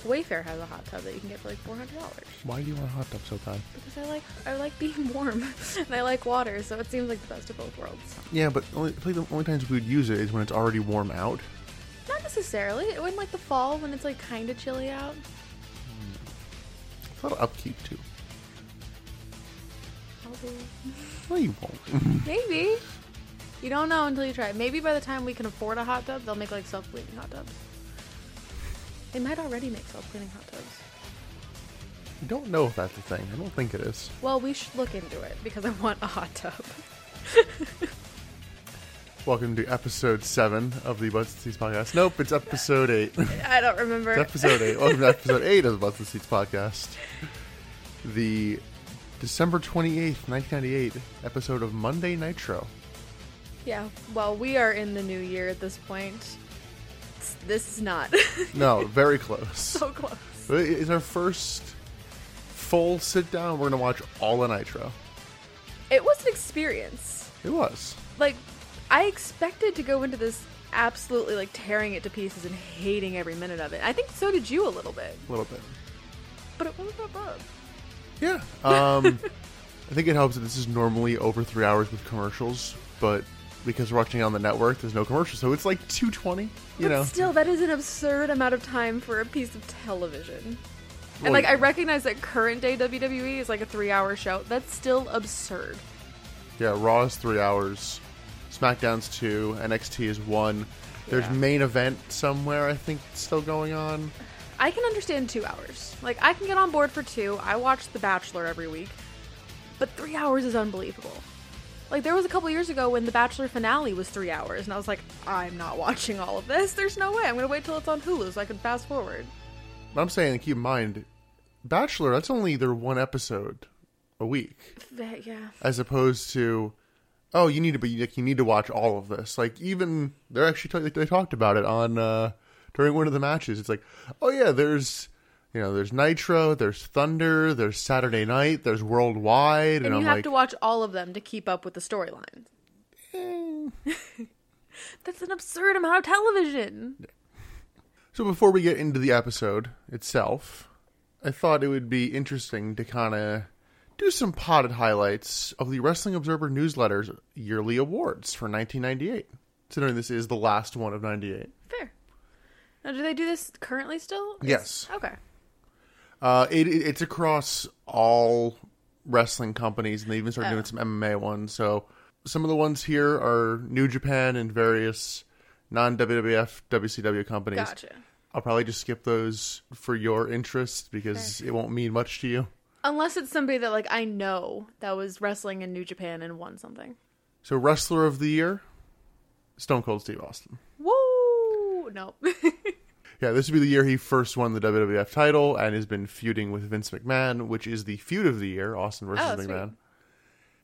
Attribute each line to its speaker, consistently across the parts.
Speaker 1: Wayfair has a hot tub that you can get for like four hundred dollars.
Speaker 2: Why do you want a hot tub so bad?
Speaker 1: Because I like I like being warm and I like water, so it seems like the best of both worlds.
Speaker 2: Yeah, but only, I feel like the only times we would use it is when it's already warm out.
Speaker 1: Not necessarily. When like the fall when it's like kinda chilly out.
Speaker 2: It's a lot of upkeep too.
Speaker 1: Probably.
Speaker 2: No, you won't.
Speaker 1: Maybe. You don't know until you try. it. Maybe by the time we can afford a hot tub, they'll make like self cleaning hot tubs. They might already make self cleaning hot tubs.
Speaker 2: I don't know if that's the thing. I don't think it is.
Speaker 1: Well, we should look into it because I want a hot tub.
Speaker 2: Welcome to episode seven of the Butts and Seats podcast. Nope, it's episode eight. It's
Speaker 1: I don't remember.
Speaker 2: episode eight. Welcome to episode eight of the Butts and Seats podcast. The December twenty eighth, nineteen ninety eight episode of Monday Nitro.
Speaker 1: Yeah, well, we are in the new year at this point. S- This is not
Speaker 2: No, very close.
Speaker 1: so close.
Speaker 2: It- It's our first full sit down. We're gonna watch all the Nitro.
Speaker 1: It was an experience.
Speaker 2: It was.
Speaker 1: Like, I expected to go into this absolutely like tearing it to pieces and hating every minute of it. I think so did you a little bit,
Speaker 2: A little bit.
Speaker 1: but it wasn't that bad.
Speaker 2: Yeah. Um, I think it helps that this is normally over three hours with commercials, but because we're watching it on the network, there's no commercials, so it's like two twenty.
Speaker 1: But
Speaker 2: You know,
Speaker 1: still, that is an absurd amount of time for a piece of television.
Speaker 2: Well,
Speaker 1: and like,
Speaker 2: yeah.
Speaker 1: I recognize that current day WWE is like a three-hour show. That's still absurd.
Speaker 2: yeah. Raw is three hours, SmackDown's two, NXT is one. There's
Speaker 1: Yeah.
Speaker 2: main event somewhere I think it's still going on.
Speaker 1: I can understand two hours. Like, I can get on board for two. I watch The Bachelor every week. But three hours is unbelievable. Like, there was a couple years ago when The Bachelor finale was three hours, and I was like, I'm not watching all of this. There's no way. I'm going to wait till it's on Hulu so I can fast forward.
Speaker 2: But I'm saying, keep in mind, Bachelor. That's only their one episode a week.
Speaker 1: But, yeah.
Speaker 2: as opposed to oh you need to be like, you need to watch all of this like even they're actually t- they talked about it on uh during one of the matches it's like oh yeah there's you know there's nitro there's thunder there's saturday night there's worldwide and,
Speaker 1: And you
Speaker 2: i'm
Speaker 1: have
Speaker 2: like
Speaker 1: to watch all of them to keep up with the storyline.
Speaker 2: eh.
Speaker 1: That's an absurd amount of television.
Speaker 2: so before we get into the episode itself i thought it would be interesting to kind of do some potted highlights of the wrestling observer newsletter's yearly awards for 1998 considering this is the last one of 98
Speaker 1: Fair. Now, do they do this currently still? Is-
Speaker 2: Yes.
Speaker 1: Okay.
Speaker 2: Uh, it, it- it's across all wrestling companies, and they even started
Speaker 1: Oh.
Speaker 2: doing some MMA ones. So some of the ones here are New Japan and various non WWF, WCW companies.
Speaker 1: Gotcha.
Speaker 2: I'll probably just skip those for your interest because it won't mean much to you.
Speaker 1: Unless it's somebody that, like, I know that was wrestling in New Japan and won something.
Speaker 2: So Wrestler of the Year, Stone Cold Steve Austin.
Speaker 1: Woo! Nope.
Speaker 2: Yeah, this would be the year he first won the WWF title and has been feuding with Vince McMahon, which is the feud of the year, Austin versus
Speaker 1: Oh, sweet.
Speaker 2: McMahon.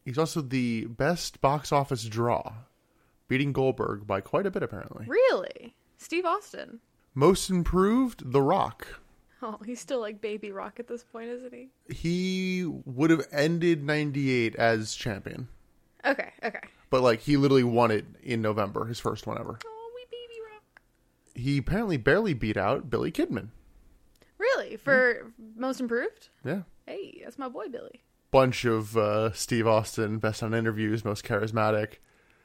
Speaker 2: He's also the best box office draw, beating Goldberg by quite a bit apparently.
Speaker 1: really? Steve Austin.
Speaker 2: Most improved, The Rock.
Speaker 1: Oh, he's still like baby rock at this point, isn't he?
Speaker 2: He would have ended 98 as champion,
Speaker 1: Okay, okay.
Speaker 2: but like he literally won it in November, his first one ever.
Speaker 1: Oh, we baby rock.
Speaker 2: He apparently barely beat out Billy Kidman.
Speaker 1: Really? For most improved?
Speaker 2: Yeah.
Speaker 1: Hey, that's my boy Billy.
Speaker 2: Bunch of uh, Steve Austin, best on interviews, most charismatic.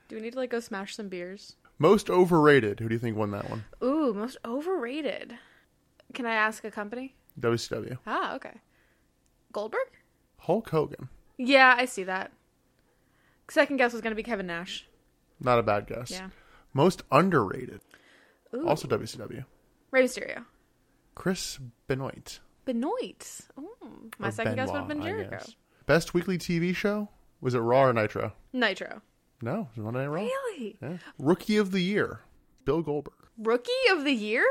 Speaker 1: Do we need to like go smash some beers?
Speaker 2: Most overrated. Who do you think won that one?
Speaker 1: Ooh, most overrated. Can I ask a company?
Speaker 2: WCW.
Speaker 1: Ah, okay. Goldberg?
Speaker 2: Hulk Hogan.
Speaker 1: Yeah, I see that. Second guess was going to be Kevin Nash.
Speaker 2: Not a bad guess.
Speaker 1: Yeah.
Speaker 2: Most underrated.
Speaker 1: Ooh.
Speaker 2: Also WCW.
Speaker 1: Rey Mysterio.
Speaker 2: Chris Benoit.
Speaker 1: Benoit. Ooh, my
Speaker 2: Or
Speaker 1: second guess would have
Speaker 2: Benoit,
Speaker 1: been
Speaker 2: I
Speaker 1: Jericho.
Speaker 2: guess. Best weekly TV show? Was it Raw or Nitro?
Speaker 1: Nitro.
Speaker 2: No, it was Monday Night Raw.
Speaker 1: Really?
Speaker 2: Yeah. Rookie of the Year. Bill Goldberg.
Speaker 1: Rookie of the year?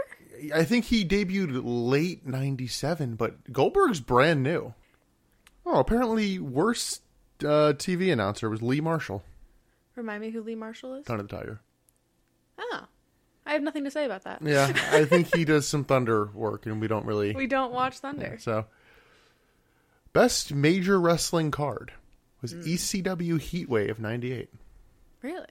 Speaker 2: I think he debuted late 97, but Goldberg's brand new. Oh, apparently worst uh, TV announcer was Lee Marshall.
Speaker 1: Remind me who Lee Marshall is?
Speaker 2: Thunder the Tiger.
Speaker 1: Oh. I have nothing to say about that.
Speaker 2: Yeah, I think he does some Thunder work, and we don't really...
Speaker 1: We don't watch Thunder.
Speaker 2: So, best major wrestling card was
Speaker 1: Hmm.
Speaker 2: E ECW Heatwave '98.
Speaker 1: Really?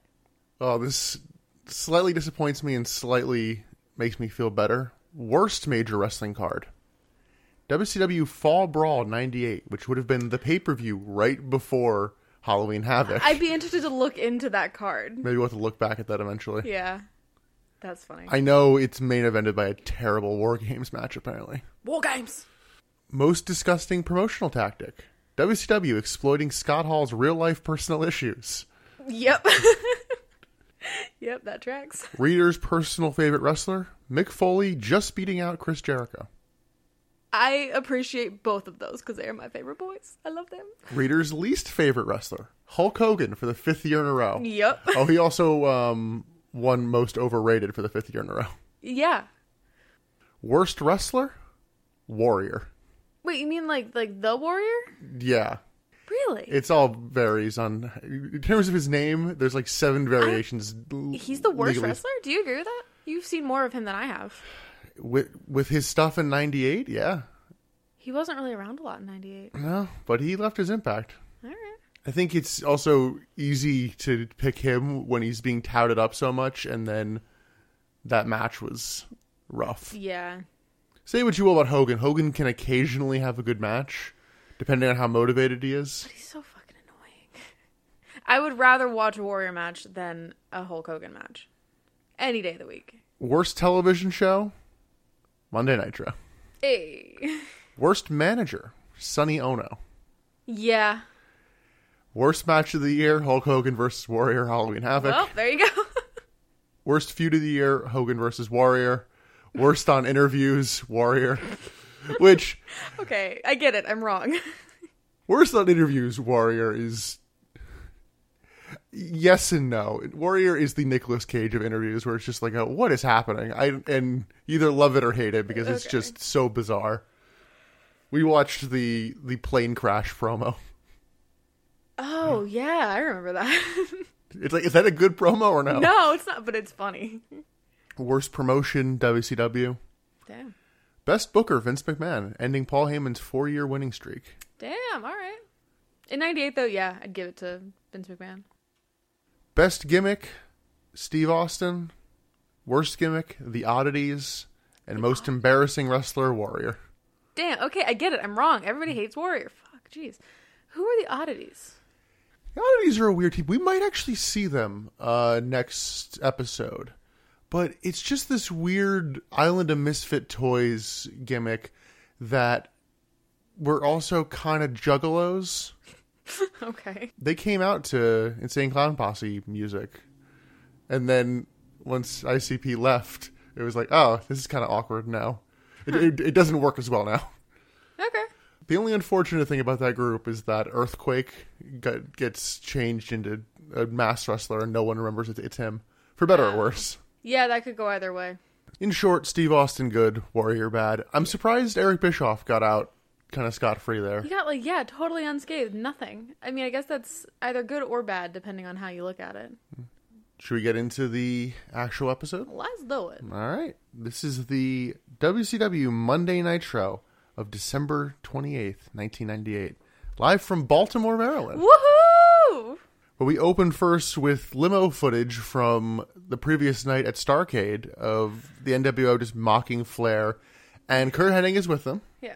Speaker 2: Oh, this slightly disappoints me and slightly makes me feel better. Worst major wrestling card WCW Fall Brawl 98, which would have been the pay per view right before Halloween Havoc.
Speaker 1: I'd be interested to look into that card.
Speaker 2: Maybe we'll have to look back at that eventually.
Speaker 1: Yeah. That's funny.
Speaker 2: I know it's main evented by a terrible War Games match, apparently.
Speaker 1: War games.
Speaker 2: Most disgusting promotional tactic WCW exploiting Scott Hall's real life personal issues.
Speaker 1: Yep. yep, that tracks.
Speaker 2: Reader's personal favorite wrestler, Mick Foley just beating out Chris Jericho.
Speaker 1: I appreciate both of those because they are my favorite boys. I love them.
Speaker 2: Reader's least favorite wrestler, Hulk Hogan for the fifth year in a row.
Speaker 1: Yep.
Speaker 2: Oh, he also um, won most overrated for the fifth year in a row.
Speaker 1: Yeah.
Speaker 2: Worst wrestler, Warrior.
Speaker 1: Wait, you mean like like the warrior?
Speaker 2: Yeah.
Speaker 1: Really?
Speaker 2: It's all varies on in terms of his name. There's like seven variations.
Speaker 1: He's the worst
Speaker 2: legally.
Speaker 1: wrestler? Do you agree with that? You've seen more of him than I have.
Speaker 2: With, with his stuff in '98, yeah,
Speaker 1: He wasn't really around a lot in 98.
Speaker 2: no, but he left his impact.
Speaker 1: All right.
Speaker 2: I think it's also easy to pick him when he's being touted up so much, and then that match was rough.
Speaker 1: Yeah.
Speaker 2: Say what you will about Hogan. Hogan can occasionally have a good match, depending on how motivated he is.
Speaker 1: He's so fucking annoying. I would rather watch a warrior match than a Hulk Hogan match. Any day of the week.
Speaker 2: Worst television show, Monday Nitro.
Speaker 1: Hey.
Speaker 2: Worst manager, Sonny Ono.
Speaker 1: Yeah.
Speaker 2: Worst match of the year, Hulk Hogan versus Warrior Halloween Havoc.
Speaker 1: Well, Oh, there you go.
Speaker 2: Worst feud of the year, Hogan versus Warrior. Worst on interviews, Warrior. Which
Speaker 1: okay, I get it. I'm wrong.
Speaker 2: worst on interviews, Warrior is yes and no. Warrior is the Nicolas Cage of interviews where it's just like, oh, what is happening? I and you either love it or hate it because it's
Speaker 1: Okay.
Speaker 2: just so bizarre. We watched the the plane crash promo.
Speaker 1: Oh, yeah, I remember that.
Speaker 2: It's like, is that a good promo or no?
Speaker 1: no, it's not, but it's funny.
Speaker 2: Worst promotion, WCW.
Speaker 1: Damn.
Speaker 2: Best Booker, Vince McMahon, ending Paul Heyman's four year winning streak.
Speaker 1: Damn, all right. In 98, though, yeah, I'd give it to Vince McMahon.
Speaker 2: Best gimmick, Steve Austin. Worst gimmick, The Oddities. And most embarrassing wrestler, Warrior.
Speaker 1: Damn, okay, I get it. I'm wrong. Everybody hates Warrior. Fuck, jeez. Who are the oddities?
Speaker 2: The Oddities are a weird team. We might actually see them uh, next episode. But it's just this weird Island of Misfit Toys gimmick that were also kind of juggalos.
Speaker 1: Okay.
Speaker 2: they came out to Insane Clown Posse music, and then once ICP left, it was like, oh, this is kind of awkward now. It, it, it doesn't work as well now.
Speaker 1: Okay.
Speaker 2: The only unfortunate thing about that group is that Earthquake got, gets changed into a mass wrestler, and no one remembers it, it's him, for better or worse.
Speaker 1: Yeah, that could go either way.
Speaker 2: In short, Steve Austin good, Warrior bad. I'm surprised Eric Bischoff got out kind of scot free there.
Speaker 1: You got, like, yeah, totally unscathed. Nothing. I mean, I guess that's either good or bad, depending on how you look at it.
Speaker 2: Should we get into the actual episode?
Speaker 1: Let's do it.
Speaker 2: All right. This is the WCW Monday Nitro of December 28th, 1998. Live from Baltimore, Maryland.
Speaker 1: Woohoo!
Speaker 2: But we open first with limo footage from the previous night at Starcade of the NWO just mocking Flair. And Kurt Hennig is with them.
Speaker 1: Yeah.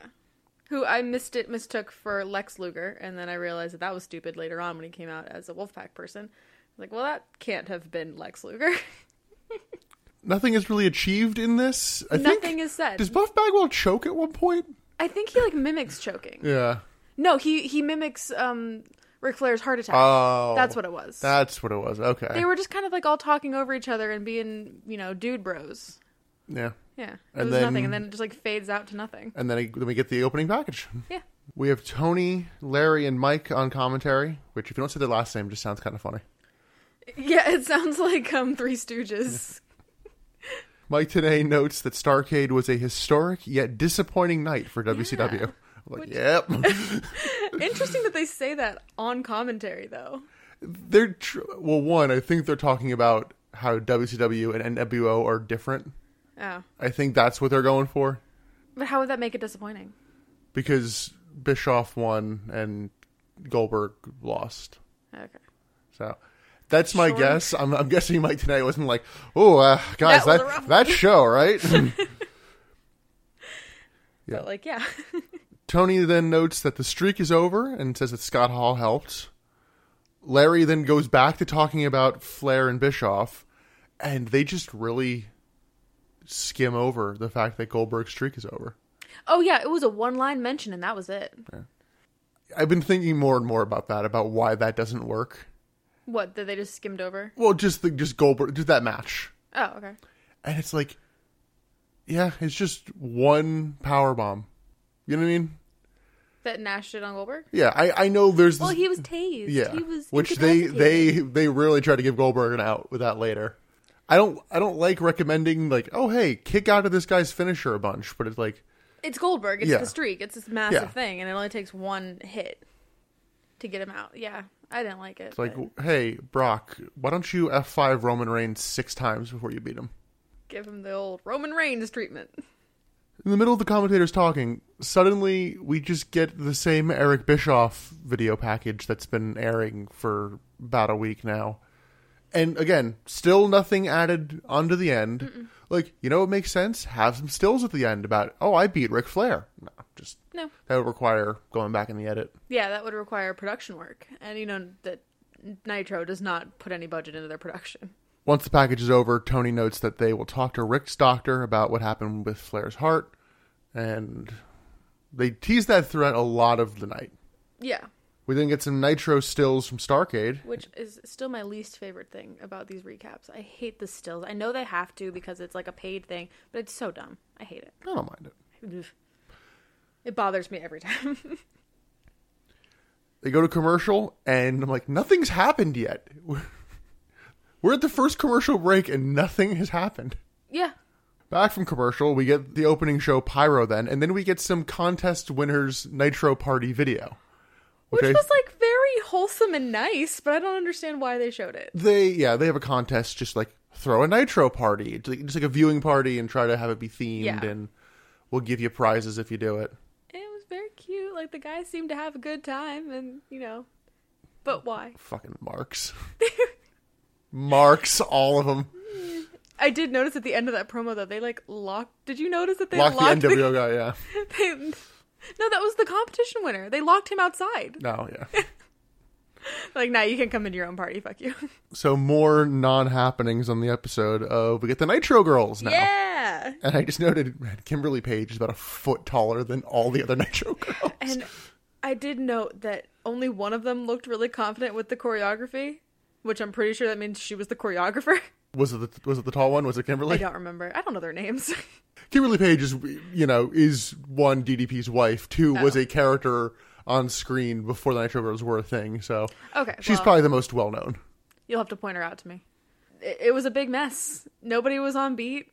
Speaker 1: Who I missed it mistook for Lex Luger, and then I realized that that was stupid later on when he came out as a Wolfpack person. Like, well, that can't have been Lex Luger.
Speaker 2: Nothing is really achieved in this. I
Speaker 1: Nothing
Speaker 2: think.
Speaker 1: is said.
Speaker 2: Does Buff Bagwell choke at one point?
Speaker 1: I think he like mimics choking.
Speaker 2: Yeah.
Speaker 1: No, he he mimics um Ric Flair's heart attack.
Speaker 2: Oh.
Speaker 1: That's what it was.
Speaker 2: That's what it was. Okay.
Speaker 1: they were just kind of like all talking over each other and being you know dude bros.
Speaker 2: yeah.
Speaker 1: Yeah, it
Speaker 2: And
Speaker 1: was
Speaker 2: then-
Speaker 1: nothing, and then it just like fades out to nothing.
Speaker 2: And then, I, then we get the opening package.
Speaker 1: Yeah,
Speaker 2: We have Tony, Larry, and Mike on commentary, which, if you don't say their last name, just sounds kind of funny.
Speaker 1: yeah, it sounds like um Three Stooges.
Speaker 2: Mike today notes that Starcade was a historic yet disappointing night for WCW.
Speaker 1: Yeah.
Speaker 2: I'm like,
Speaker 1: Which-
Speaker 2: yep.
Speaker 1: Interesting that they say that on commentary though.
Speaker 2: they're tr- well, one, I think they're talking about how WCW and NWO are different.
Speaker 1: Oh,
Speaker 2: I think that's what they're going for
Speaker 1: but how would that make it disappointing?
Speaker 2: because Bischoff won and Goldberg lost.
Speaker 1: Okay.
Speaker 2: So that's my
Speaker 1: Sure.
Speaker 2: guess. I'm, I'm guessing Mike tonight wasn't like, oh, uh, guys,
Speaker 1: That was
Speaker 2: that
Speaker 1: a rough
Speaker 2: that, show, right? Yeah.
Speaker 1: But like, yeah,
Speaker 2: Tony then notes that the streak is over and says that Scott Hall helped. Larry then goes back to talking about Flair and Bischoff, and they just really skim over the fact that Goldberg's streak is over.
Speaker 1: oh yeah, it was a one line mention and that was it.
Speaker 2: I've been thinking more and more about that, about why that doesn't work.
Speaker 1: What that they just skimmed over?
Speaker 2: Well, just the just Goldberg, just that match,
Speaker 1: Oh okay.
Speaker 2: and it's like, yeah, it's just one power bomb. You know what I mean?
Speaker 1: That Nash did on Goldberg.
Speaker 2: Yeah, I I know there's this,
Speaker 1: Well, he was tased.
Speaker 2: yeah,
Speaker 1: he was
Speaker 2: which they they they really try to give Goldberg an out with that later. I don't I don't like recommending like oh hey kick out of this guy's finisher a bunch, but it's like
Speaker 1: It's Goldberg. It's
Speaker 2: Yeah.
Speaker 1: the streak. It's this massive
Speaker 2: Yeah.
Speaker 1: thing, and it only takes one hit to get him out. Yeah, I didn't like it.
Speaker 2: it's like
Speaker 1: but
Speaker 2: hey Brock, why don't you F five Roman Reigns six times before you beat him?
Speaker 1: give him the old Roman Reigns treatment.
Speaker 2: In the middle of the commentators talking, suddenly we just get the same Eric Bischoff video package that's been airing for about a week now. And again, still nothing added onto the end. Like, you know what makes sense? Have some stills at the end about, oh, I beat Ric Flair. No, just
Speaker 1: No,
Speaker 2: that would require going back in the edit.
Speaker 1: yeah, that would require production work, and you know that Nitro does not put any budget into their production.
Speaker 2: Once the package is over, Tony notes that they will talk to Rick's doctor about what happened with Flair's heart. And they tease that throughout a lot of the night.
Speaker 1: Yeah,
Speaker 2: We then get some nitro stills from Starcade.
Speaker 1: which is still my least favorite thing about these recaps. I hate the stills. I know they have to because it's like a paid thing, but it's so dumb. I hate it.
Speaker 2: I don't mind it.
Speaker 1: Oof. It bothers me every time.
Speaker 2: They go to commercial, and I'm like, nothing's happened yet. We're at the first commercial break, and nothing has happened.
Speaker 1: yeah,
Speaker 2: Back from commercial, we get the opening show Pyro then, and then we get some contest winners Nitro Party video.
Speaker 1: which
Speaker 2: I-
Speaker 1: was like very wholesome and nice, but I don't understand why they showed it.
Speaker 2: they yeah they have a contest just like throw a nitro party It's like- just like a viewing party and try to have it be themed
Speaker 1: Yeah.
Speaker 2: and we'll give you prizes if you do it.
Speaker 1: And it was very cute. Like the guys seemed to have a good time, and you know, but why?
Speaker 2: Fucking marks, marks all of them.
Speaker 1: I did notice at the end of that promo though they like locked. Did you notice that they
Speaker 2: Lock
Speaker 1: locked
Speaker 2: the NWO guy, yeah.
Speaker 1: they, no, that was the competition winner. They locked him outside.
Speaker 2: No, yeah.
Speaker 1: Like, now you can come into your own party. Fuck you.
Speaker 2: So more non happenings on the episode of we get the Nitro Girls now.
Speaker 1: Yeah.
Speaker 2: And I just noted man, Kimberly Page is about a foot taller than all the other Nitro Girls.
Speaker 1: And I did note that only one of them looked really confident with the choreography, which I'm pretty sure that means she was the choreographer.
Speaker 2: was it the was it the tall one? Was it
Speaker 1: I
Speaker 2: Kimberly?
Speaker 1: don't remember. I don't know their names.
Speaker 2: Kimberly Page is you know is one DDP's wife. Two
Speaker 1: Oh.
Speaker 2: was a character on screen before the Nitro Girls were a thing. So
Speaker 1: Okay.
Speaker 2: she's
Speaker 1: well,
Speaker 2: probably the most well known.
Speaker 1: You'll have to point her out to me. It, it was a big mess. Nobody was on beat,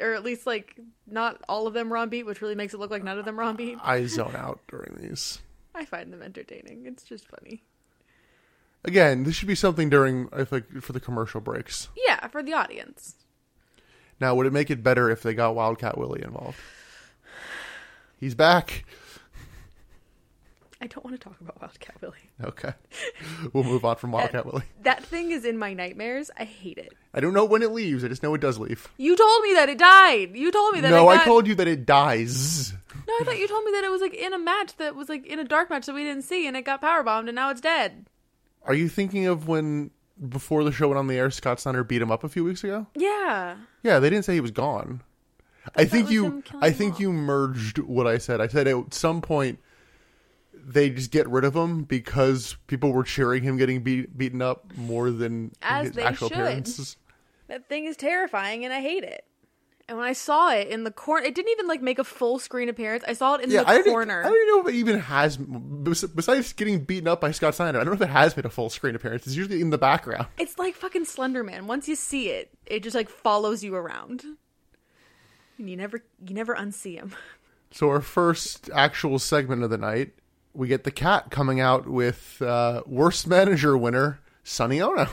Speaker 1: or at least, like, not all of them were on beat, which really makes it look like none of them were on beat.
Speaker 2: I zone out during these.
Speaker 1: I find them entertaining. It's just funny.
Speaker 2: Again, this should be something during I think for the commercial breaks.
Speaker 1: Yeah, for the audience.
Speaker 2: Now, would it make it better if they got Wildcat Willie involved? He's back.
Speaker 1: I don't want to talk about Wildcat Willie.
Speaker 2: Okay. We'll move on from Wildcat Willie.
Speaker 1: That thing is in my nightmares. I hate it.
Speaker 2: I don't know when it leaves. I just know it does leave.
Speaker 1: You told me that it died. You told me that.
Speaker 2: No,
Speaker 1: it
Speaker 2: I
Speaker 1: got-
Speaker 2: told you that it dies.
Speaker 1: No, I thought you told me that it was like in a match that was like in a dark match that we didn't see, and it got power bombed, and now it's dead.
Speaker 2: Are you thinking of when, before the show went on the air, Scott Snyder beat him up a few weeks ago?
Speaker 1: Yeah.
Speaker 2: Yeah, they didn't say he was gone. I think
Speaker 1: was
Speaker 2: you.
Speaker 1: him killing
Speaker 2: I
Speaker 1: him
Speaker 2: think
Speaker 1: off.
Speaker 2: you merged what I said. I said at some point they just get rid of him because people were cheering him getting beat, beaten up more than
Speaker 1: As
Speaker 2: his
Speaker 1: they
Speaker 2: actual
Speaker 1: should.
Speaker 2: appearances.
Speaker 1: That thing is terrifying, and I hate it. And when I saw it in the corner, it didn't even like make a full screen appearance. I saw it in
Speaker 2: Yeah, I
Speaker 1: the
Speaker 2: don't, e-
Speaker 1: corner.
Speaker 2: I don't know if it even has bes- besides getting beaten up by Scott Snyder. I don't know if it has made a full screen appearance. It's usually in the background.
Speaker 1: It's like fucking Slender Man. Once you see it, it just like follows you around, and you never you never unsee him.
Speaker 2: So our first actual segment of the night, we get the cat coming out with uh, worst manager winner Sonny Ono.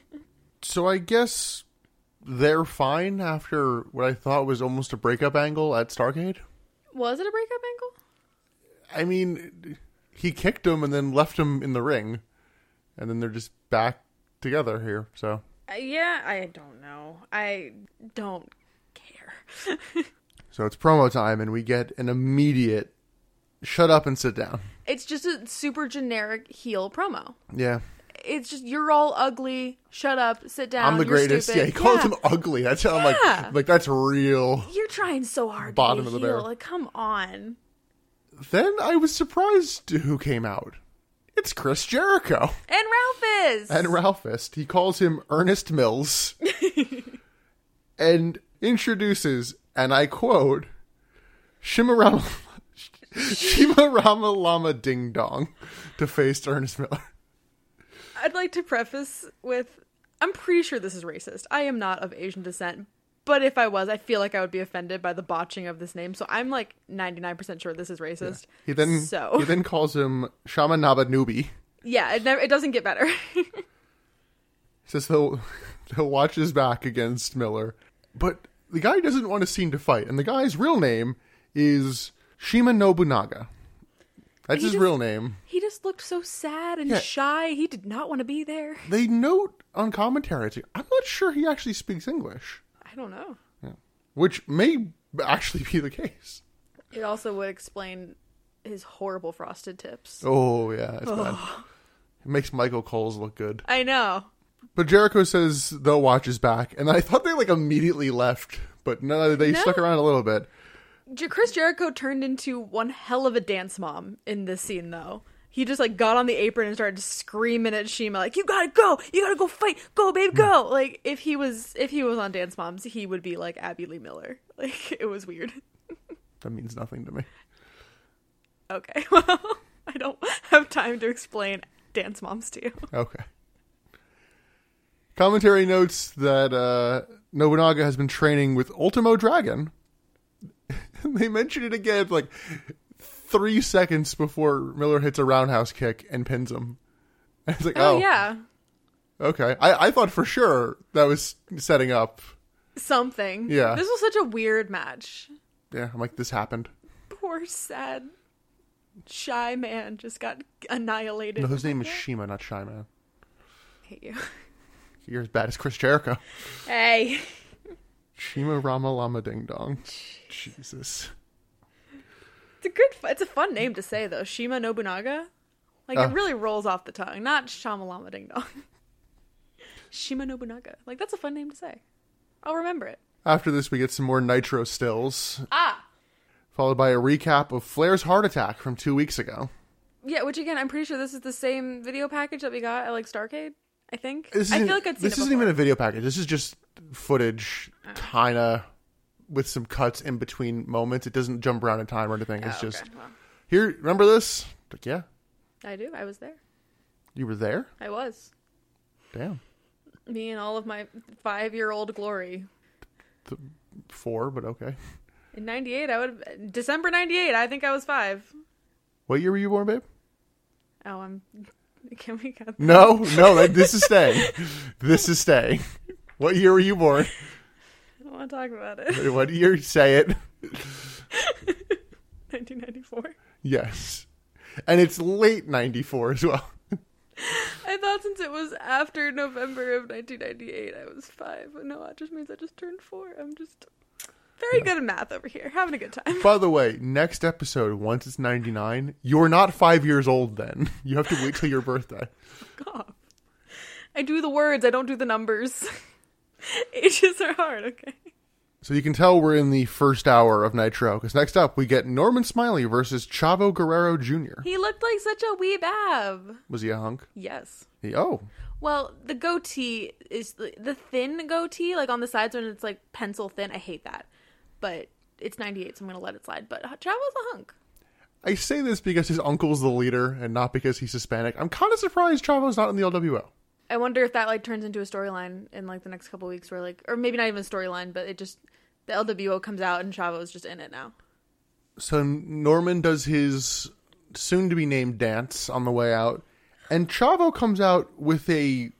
Speaker 2: so I guess they're fine after what I thought was almost a breakup angle at Starcade.
Speaker 1: Was it a breakup angle?
Speaker 2: I mean, he kicked him and then left him in the ring, and then they're just back together here. So
Speaker 1: Uh, Yeah, I don't know. I don't care.
Speaker 2: So it's promo time, and we get an immediate shut up and sit down.
Speaker 1: It's just a super generic heel promo.
Speaker 2: Yeah.
Speaker 1: It's just you're all ugly. Shut up. Sit down.
Speaker 2: I'm the
Speaker 1: you're
Speaker 2: greatest.
Speaker 1: Stupid.
Speaker 2: Yeah, he calls him ugly. That's how I'm like,
Speaker 1: Yeah.
Speaker 2: I'm like that's real.
Speaker 1: You're trying so hard.
Speaker 2: Bottom
Speaker 1: to
Speaker 2: of
Speaker 1: be
Speaker 2: the
Speaker 1: a heel.
Speaker 2: barrel.
Speaker 1: Like, come on.
Speaker 2: Then I was surprised who came out. It's Chris Jericho
Speaker 1: And Ralph is.
Speaker 2: and Ralphist. He calls him Ernest Mills and introduces, and I quote, Shimarama, Shimarama Lama Ding Dong to face Ernest Miller.
Speaker 1: I'd like to preface with I'm pretty sure this is racist. I am not of Asian descent, but if I was, I feel like I would be offended by the botching of this name. So I'm like 99% sure this is racist.
Speaker 2: He then
Speaker 1: so
Speaker 2: he then calls him Shamanaba Newbie.
Speaker 1: yeah, it never it doesn't get better.
Speaker 2: Says he'll he'll watch his back against Miller, but the guy doesn't want to seem to fight, and the guy's real name is Shima Nobunaga. That's
Speaker 1: He
Speaker 2: his
Speaker 1: just-
Speaker 2: real name.
Speaker 1: he just looked so sad and
Speaker 2: Mm. Yeah.
Speaker 1: shy. He did not want to be there.
Speaker 2: They note on commentary. it's like, I'm not sure he actually speaks English,
Speaker 1: I don't know.
Speaker 2: which may actually be the case.
Speaker 1: It also would explain his horrible frosted tips.
Speaker 2: Oh yeah, it's bad. It makes Michael Coles look good.
Speaker 1: I know.
Speaker 2: But Jericho says they'll watch his back, and I thought they like immediately left, but no, they
Speaker 1: No.
Speaker 2: stuck around a little bit.
Speaker 1: Jer- Chris Jericho turned into one hell of a dance mom in this scene, though. He just like got on the apron and started screaming at Shima, like "You gotta go, you gotta go fight, go babe, go!" Like if he was if he was on Dance Moms, he would be like Abby Lee Miller. Like it was weird.
Speaker 2: That means nothing to me.
Speaker 1: Okay, well, I don't have time to explain Dance Moms to you.
Speaker 2: Okay. Commentary notes that uh, Nobunaga has been training with Ultimo Dragon. they mention it again like three seconds before Miller hits a roundhouse kick and pins him. And it's like, oh,
Speaker 1: oh yeah,
Speaker 2: okay. I, I thought for sure that was setting up.
Speaker 1: something.
Speaker 2: Yeah.
Speaker 1: this was such a weird match.
Speaker 2: Yeah, I'm like, this happened.
Speaker 1: Poor sad shy man just got annihilated.
Speaker 2: No, his name is Shima, not Shy Man.
Speaker 1: I hate you.
Speaker 2: You're as bad as Chris Jericho.
Speaker 1: Hey.
Speaker 2: Shima Rama Lama Ding Dong. Jesus.
Speaker 1: It's a good. fu- It's a fun name to say though. Shima Nobunaga. Like
Speaker 2: Uh.
Speaker 1: it really rolls off the tongue. Not Shamalama Ding Dong. Shima Nobunaga. Like that's a fun name to say. I'll remember it.
Speaker 2: After this, we get some more Nitro stills.
Speaker 1: Ah,
Speaker 2: followed by a recap of Flair's heart attack from two weeks ago.
Speaker 1: yeah. Which again, I'm pretty sure this is the same video package that we got at like Starcade. I think.
Speaker 2: This
Speaker 1: I
Speaker 2: isn't-
Speaker 1: feel like I'd seen
Speaker 2: this
Speaker 1: it
Speaker 2: isn't
Speaker 1: before. Oh.
Speaker 2: even a video package. This is just footage, kinda with some cuts in between moments. It doesn't jump around in time or anything. It's
Speaker 1: Oh, okay.
Speaker 2: just
Speaker 1: Well,
Speaker 2: here. Remember this? Like, yeah,
Speaker 1: I do. I was there.
Speaker 2: you were there.
Speaker 1: I was.
Speaker 2: Damn,
Speaker 1: Me and all of my five-year-old glory.
Speaker 2: four, but okay.
Speaker 1: In '98, I would. December '98. I think I was five.
Speaker 2: What year were you born, babe?
Speaker 1: Oh, I'm. Can we cut?
Speaker 2: No, no. that- This is staying. This is staying. What year were you born?
Speaker 1: I don't want to talk about it.
Speaker 2: What year? Say it.
Speaker 1: 1994.
Speaker 2: Yes. And it's late '94 as well.
Speaker 1: I thought since it was after November of 1998, I was five. But no, that just means I just turned four. I'm just very good at math over here. Having a good time.
Speaker 2: By the way, next episode, once it's 99, you're not five years old then. You have to wait till your birthday.
Speaker 1: Off. I do the words. I don't do the numbers. Ages are hard. Okay.
Speaker 2: So you can tell we're in the first hour of Nitro, because next up we get Norman Smiley versus Chavo Guerrero Jr.
Speaker 1: He looked like such a wee bab.
Speaker 2: Was he a hunk?
Speaker 1: Yes.
Speaker 2: He, oh,
Speaker 1: Well, the goatee is the the thin goatee, like on the sides when it's like pencil thin. I hate that, but it's 98, so I'm gonna let it slide. But Chavo's a hunk.
Speaker 2: I say this because his uncle's the leader and not because he's Hispanic. I'm kind of surprised Chavo's not in the LWO.
Speaker 1: I wonder if that like turns into a storyline in like the next couple weeks, where like, or maybe not even a storyline, but it just the LWO comes out and Chavo's just in it now.
Speaker 2: So Norman does his soon to be named dance on the way out, and Chavo comes out with a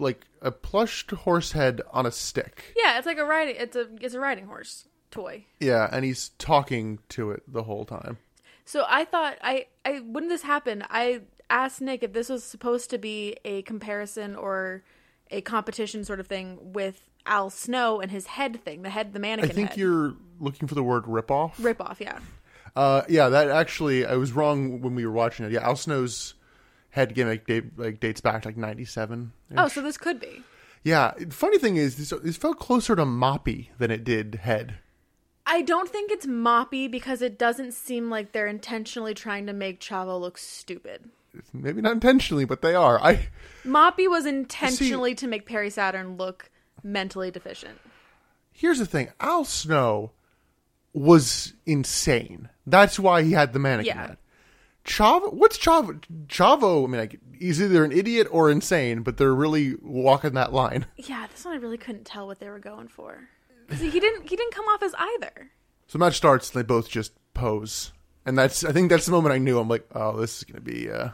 Speaker 2: like a plushed horse head on a stick.
Speaker 1: Yeah, it's like a riding, it's a it's a riding horse toy.
Speaker 2: Yeah, and he's talking to it the whole time.
Speaker 1: So I thought I I when this happened, I asked Nick if this was supposed to be a comparison or a competition sort of thing with Al Snow and his head thing, the head, the
Speaker 2: I
Speaker 1: mannequin.
Speaker 2: think
Speaker 1: head.
Speaker 2: you're looking for the word ripoff.
Speaker 1: rip off. Yeah,
Speaker 2: Uh, yeah, that actually, I was wrong when we were watching it. Yeah, Al Snow's head gimmick date, like dates back to like '97.
Speaker 1: Oh, so this could be.
Speaker 2: Yeah. Funny thing is, this, this felt closer to Moppy than it did Head.
Speaker 1: I don't think it's moppy because it doesn't seem like they're intentionally trying to make Chavo look stupid.
Speaker 2: Maybe not intentionally, but they are. I
Speaker 1: Moppy was intentionally to make Perry Saturn look mentally deficient.
Speaker 2: here's the thing: Al Snow was insane. That's why he had the mannequin
Speaker 1: Yeah.
Speaker 2: head. Chavo, what's Chavo? Chavo, I mean, like, he's either an idiot or insane, but they're really walking that line.
Speaker 1: Yeah, this one I really couldn't tell what they were going for. See, he didn't he didn't come off as either.
Speaker 2: So the match starts, and they both just pose, and that's I think that's the moment I knew. I'm like, oh, this is gonna be. Uh...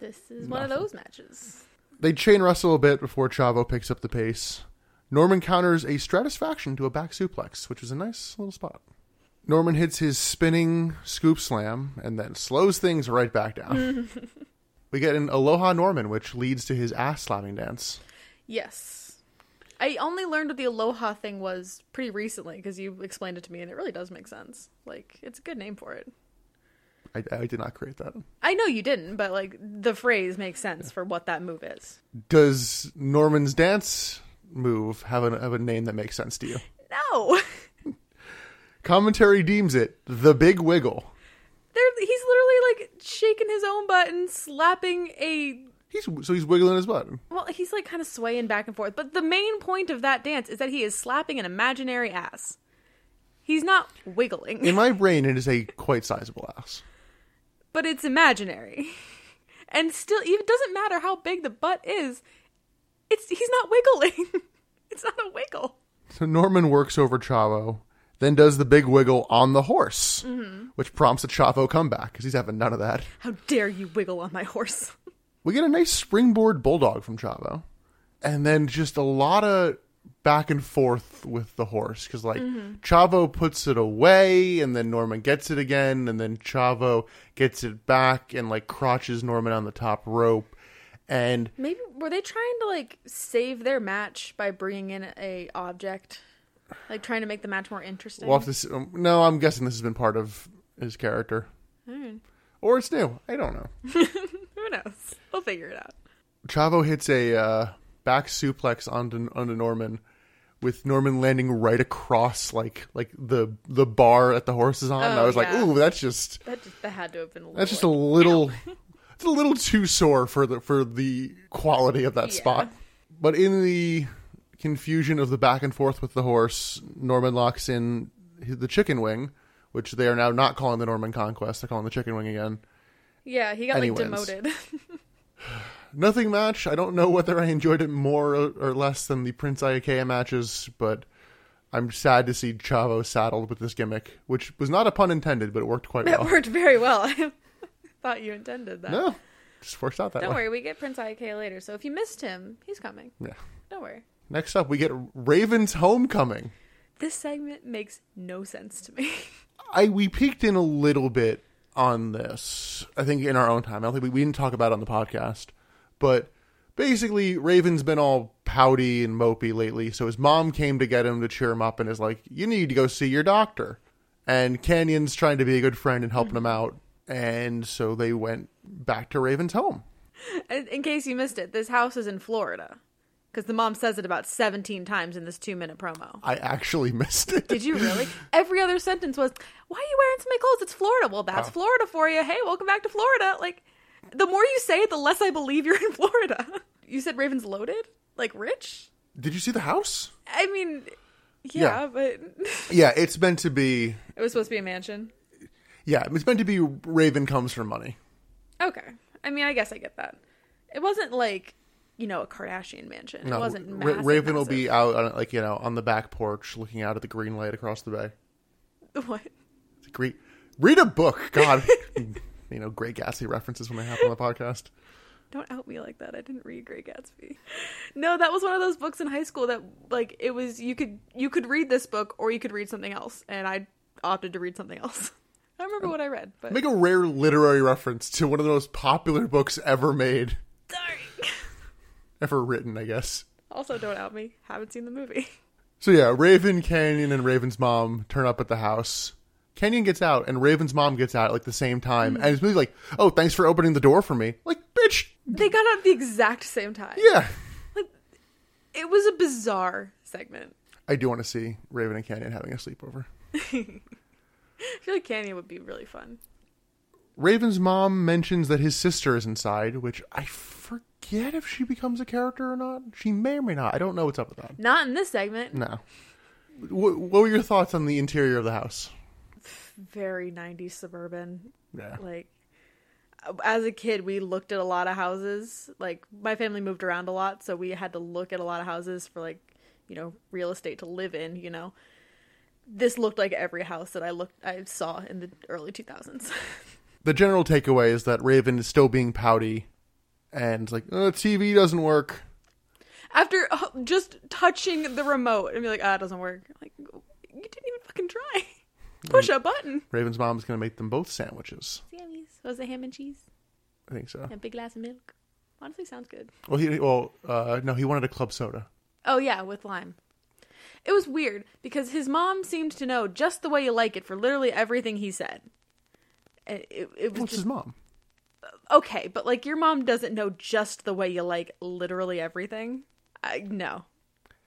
Speaker 1: This is one of those matches.
Speaker 2: they chain wrestle a bit before Chavo picks up the pace. Norman counters a stratisfaction to a back suplex, which was a nice little spot. Norman hits his spinning scoop slam and then slows things right back down. we get an Aloha Norman, which leads to his ass slapping dance.
Speaker 1: Yes. I only learned what the Aloha thing was pretty recently because you explained it to me and it really does make sense. Like, it's a good name for it.
Speaker 2: I, I did not create that.
Speaker 1: I know you didn't, but like the phrase makes sense for what that move is.
Speaker 2: Does Norman's dance move have a, have a name that makes sense to you?
Speaker 1: No.
Speaker 2: Commentary deems it the Big Wiggle.
Speaker 1: There he's literally like shaking his own butt and slapping a
Speaker 2: He's so he's wiggling his butt.
Speaker 1: well, he's like kind of swaying back and forth, but the main point of that dance is that he is slapping an imaginary ass. He's not wiggling,
Speaker 2: In my brain, it is a quite sizable ass.
Speaker 1: but it's imaginary. And still it doesn't matter how big the butt is. It's he's not wiggling. It's not a wiggle.
Speaker 2: So Norman works over Chavo, then does the big wiggle on the horse, which prompts a Chavo comeback because he's having none of that.
Speaker 1: How dare you wiggle on my horse?
Speaker 2: We get a nice springboard bulldog from Chavo, and then just a lot of back and forth with the horse because like Chavo puts it away, and then Norman gets it again, and then Chavo gets it back and like crotches Norman on the top rope, and
Speaker 1: Maybe were they trying to like save their match by bringing in a object, like trying to make the match more interesting?
Speaker 2: We'll have to see. um, No, I'm guessing this has been part of his character. Or it's new. I don't know.
Speaker 1: Who knows? We'll figure it out.
Speaker 2: Chavo hits a uh, back suplex onto, onto Norman, with Norman landing right across like like the the bar that the horse is on. and I
Speaker 1: Oh,
Speaker 2: was like,
Speaker 1: yeah.
Speaker 2: ooh, that's just
Speaker 1: That just, that had to have been. A little
Speaker 2: that's just a little it's a little too sore for the for the quality of that
Speaker 1: Yeah.
Speaker 2: spot. But in the confusion of the back and forth with the horse, Norman locks in the chicken wing, which they are now not calling the Norman Conquest; they're calling the chicken wing again.
Speaker 1: yeah, he got
Speaker 2: and he
Speaker 1: like
Speaker 2: wins.
Speaker 1: demoted.
Speaker 2: Nothing match. I don't know whether I enjoyed it more or, or less than the Prince Iakea matches, but I'm sad to see Chavo saddled with this gimmick, which was not a pun intended, but it worked quite
Speaker 1: that
Speaker 2: well.
Speaker 1: worked very well. I thought you intended that.
Speaker 2: No, just works out that
Speaker 1: Don't
Speaker 2: way.
Speaker 1: worry, we get Prince IK later. So if you missed him, he's coming.
Speaker 2: Yeah.
Speaker 1: Don't worry.
Speaker 2: Next up, we get Raven's Homecoming.
Speaker 1: This segment makes no sense to me.
Speaker 2: I we peeked in a little bit on this. I think in our own time. I don't think we, we didn't talk about it on the podcast, but basically Raven's been all pouty and mopey lately. So his mom came to get him to cheer him up and is like, "You need to go see your doctor." And Canyon's trying to be a good friend and helping him out, and so they went back to Raven's home.
Speaker 1: in in case you missed it, this house is in Florida because the mom says it about seventeen times in this two-minute promo.
Speaker 2: I actually missed it.
Speaker 1: Did you really? Every other sentence was, "Why are you wearing so many clothes? It's Florida." Well, that's Florida for you. Hey, welcome back to Florida. Like, the more you say it, the less I believe you're in Florida. You said Raven's loaded, like rich.
Speaker 2: Did you see the house?
Speaker 1: I mean, yeah,
Speaker 2: Yeah.
Speaker 1: but
Speaker 2: Yeah, it's meant to be.
Speaker 1: it was supposed to be a mansion.
Speaker 2: Yeah, it's meant to be. Raven comes for money.
Speaker 1: Okay, I mean, I guess I get that. It wasn't like you know a Kardashian mansion. it wasn't
Speaker 2: Ra-
Speaker 1: massive.
Speaker 2: Raven will
Speaker 1: massive.
Speaker 2: be out, on, like you know, on the back porch looking out at the green light across the bay.
Speaker 1: what?
Speaker 2: It's a great. Read a book, God. you know, great Gatsby references when they happen on the podcast.
Speaker 1: Don't out me like that. I didn't read Great Gatsby. No, that was one of those books in high school that like it was you could you could read this book or you could read something else, and I opted to read something else. I don't remember what I read, but
Speaker 2: Oh. Make a rare literary reference to one of the most popular books ever made,
Speaker 1: sorry.
Speaker 2: ever written, I guess.
Speaker 1: Also, don't out me. Haven't seen the movie.
Speaker 2: So yeah, Raven, Canyon, and Raven's mom turn up at the house. Canyon gets out, and Raven's mom gets out at like the same
Speaker 1: Hmm.
Speaker 2: time, and it's really like, "Oh, thanks for opening the door for me." Like, bitch,
Speaker 1: They got out at the exact same time.
Speaker 2: yeah.
Speaker 1: It was a bizarre segment.
Speaker 2: I do want to see Raven and Canyon having a sleepover.
Speaker 1: I feel like Canyon would be really fun.
Speaker 2: Raven's mom mentions that his sister is inside, which I forget if she becomes a character or not. She may or may not. I don't know what's up with that.
Speaker 1: Not in this segment.
Speaker 2: No. What, what were your thoughts on the interior of the house?
Speaker 1: Very 90s suburban.
Speaker 2: Yeah.
Speaker 1: Like, as a kid, we looked at a lot of houses. Like, my family moved around a lot, so we had to look at a lot of houses for, like, you know, real estate to live in, you know. This looked like every house that I looked, I saw in the early 2000s.
Speaker 2: The general takeaway is that Raven is still being pouty and like, oh, TV doesn't work.
Speaker 1: After uh, just touching the remote and be like, ah, it doesn't work. Like, you didn't even fucking try. Push a button.
Speaker 2: Raven's mom's going to make them both sandwiches.
Speaker 1: Sammy's. Was it ham and cheese?
Speaker 2: I think so.
Speaker 1: And a big glass of milk. Honestly, sounds good.
Speaker 2: Well, he, well, uh, no, he wanted a club soda.
Speaker 1: Oh, yeah, with lime. It was weird because his mom seemed to know just the way you like it for literally everything he said. It, it, it was
Speaker 2: What's
Speaker 1: just
Speaker 2: his mom?
Speaker 1: okay, but like your mom doesn't know just the way you like literally everything. I, no.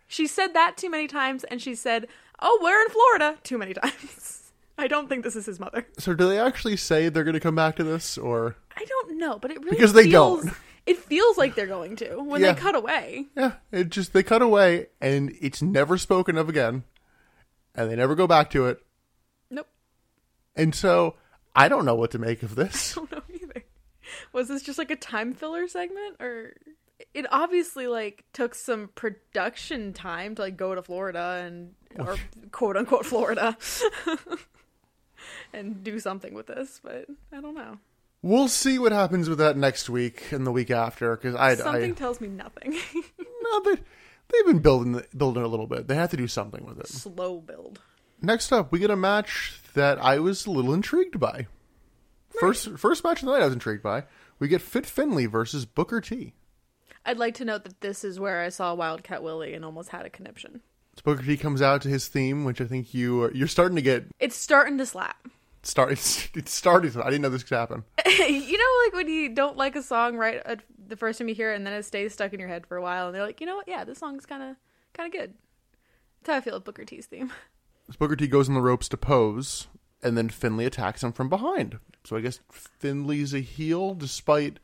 Speaker 1: She said that too many times, and she said, Oh, we're in Florida too many times. I don't think this is his mother.
Speaker 2: So, do they actually say they're going to come back to this, or
Speaker 1: I don't know, but it really
Speaker 2: Because they
Speaker 1: feels,
Speaker 2: don't.
Speaker 1: It feels like they're going to when
Speaker 2: Yeah.
Speaker 1: they cut away.
Speaker 2: Yeah, it just they cut away and it's never spoken of again, and they never go back to it.
Speaker 1: Nope.
Speaker 2: And so I don't know what to make of this.
Speaker 1: don't know either. Was this just like a time filler segment or it obviously like took some production time to like go to Florida and or quote unquote Florida and do something with this, but I don't know.
Speaker 2: We'll see what happens with that next week and the week after because I,
Speaker 1: Something
Speaker 2: I
Speaker 1: tells me nothing.
Speaker 2: no, but they've been building building a little bit. They have to do something with it.
Speaker 1: Slow build.
Speaker 2: Next up, we get a match that I was a little intrigued by. First first match of the night, I was intrigued by. We get Fit Finley versus Booker T.
Speaker 1: I'd like to note that this is where I saw Wildcat Willie and almost had a conniption.
Speaker 2: So Booker T comes out to his theme, which I think you are, you're starting to get
Speaker 1: It's starting to slap.
Speaker 2: start it's, it started i didn't know this could happen
Speaker 1: you know, like when you don't like a song right at the first time you hear it, and then it stays stuck in your head for a while, and they're like, you know what? Yeah, this song's kind of kind of good. That's how I feel with Booker T's theme.
Speaker 2: So booker t goes on the ropes to pose and then finley attacks him from behind so i guess finley's a heel despite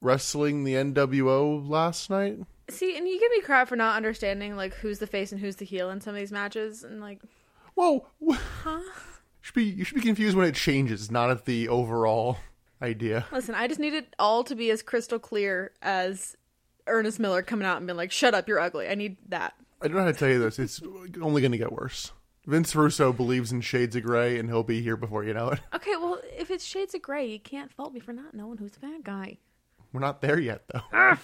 Speaker 2: wrestling the nwo last night
Speaker 1: See, and you give me crap for not understanding like who's the face and who's the heel in some of these matches, and like,
Speaker 2: whoa huh? should be you should be confused when it changes not at the overall idea
Speaker 1: listen, I just need it all to be as crystal clear as Ernest Miller coming out and being like, "Shut up, you're ugly." I need that.
Speaker 2: i don't know how to tell you this it's only going to get worse vince russo believes in shades of gray and he'll be here before you know it
Speaker 1: Okay, well, if it's Shades of Grey, you can't fault me for not knowing who's the bad guy.
Speaker 2: We're not there yet, though.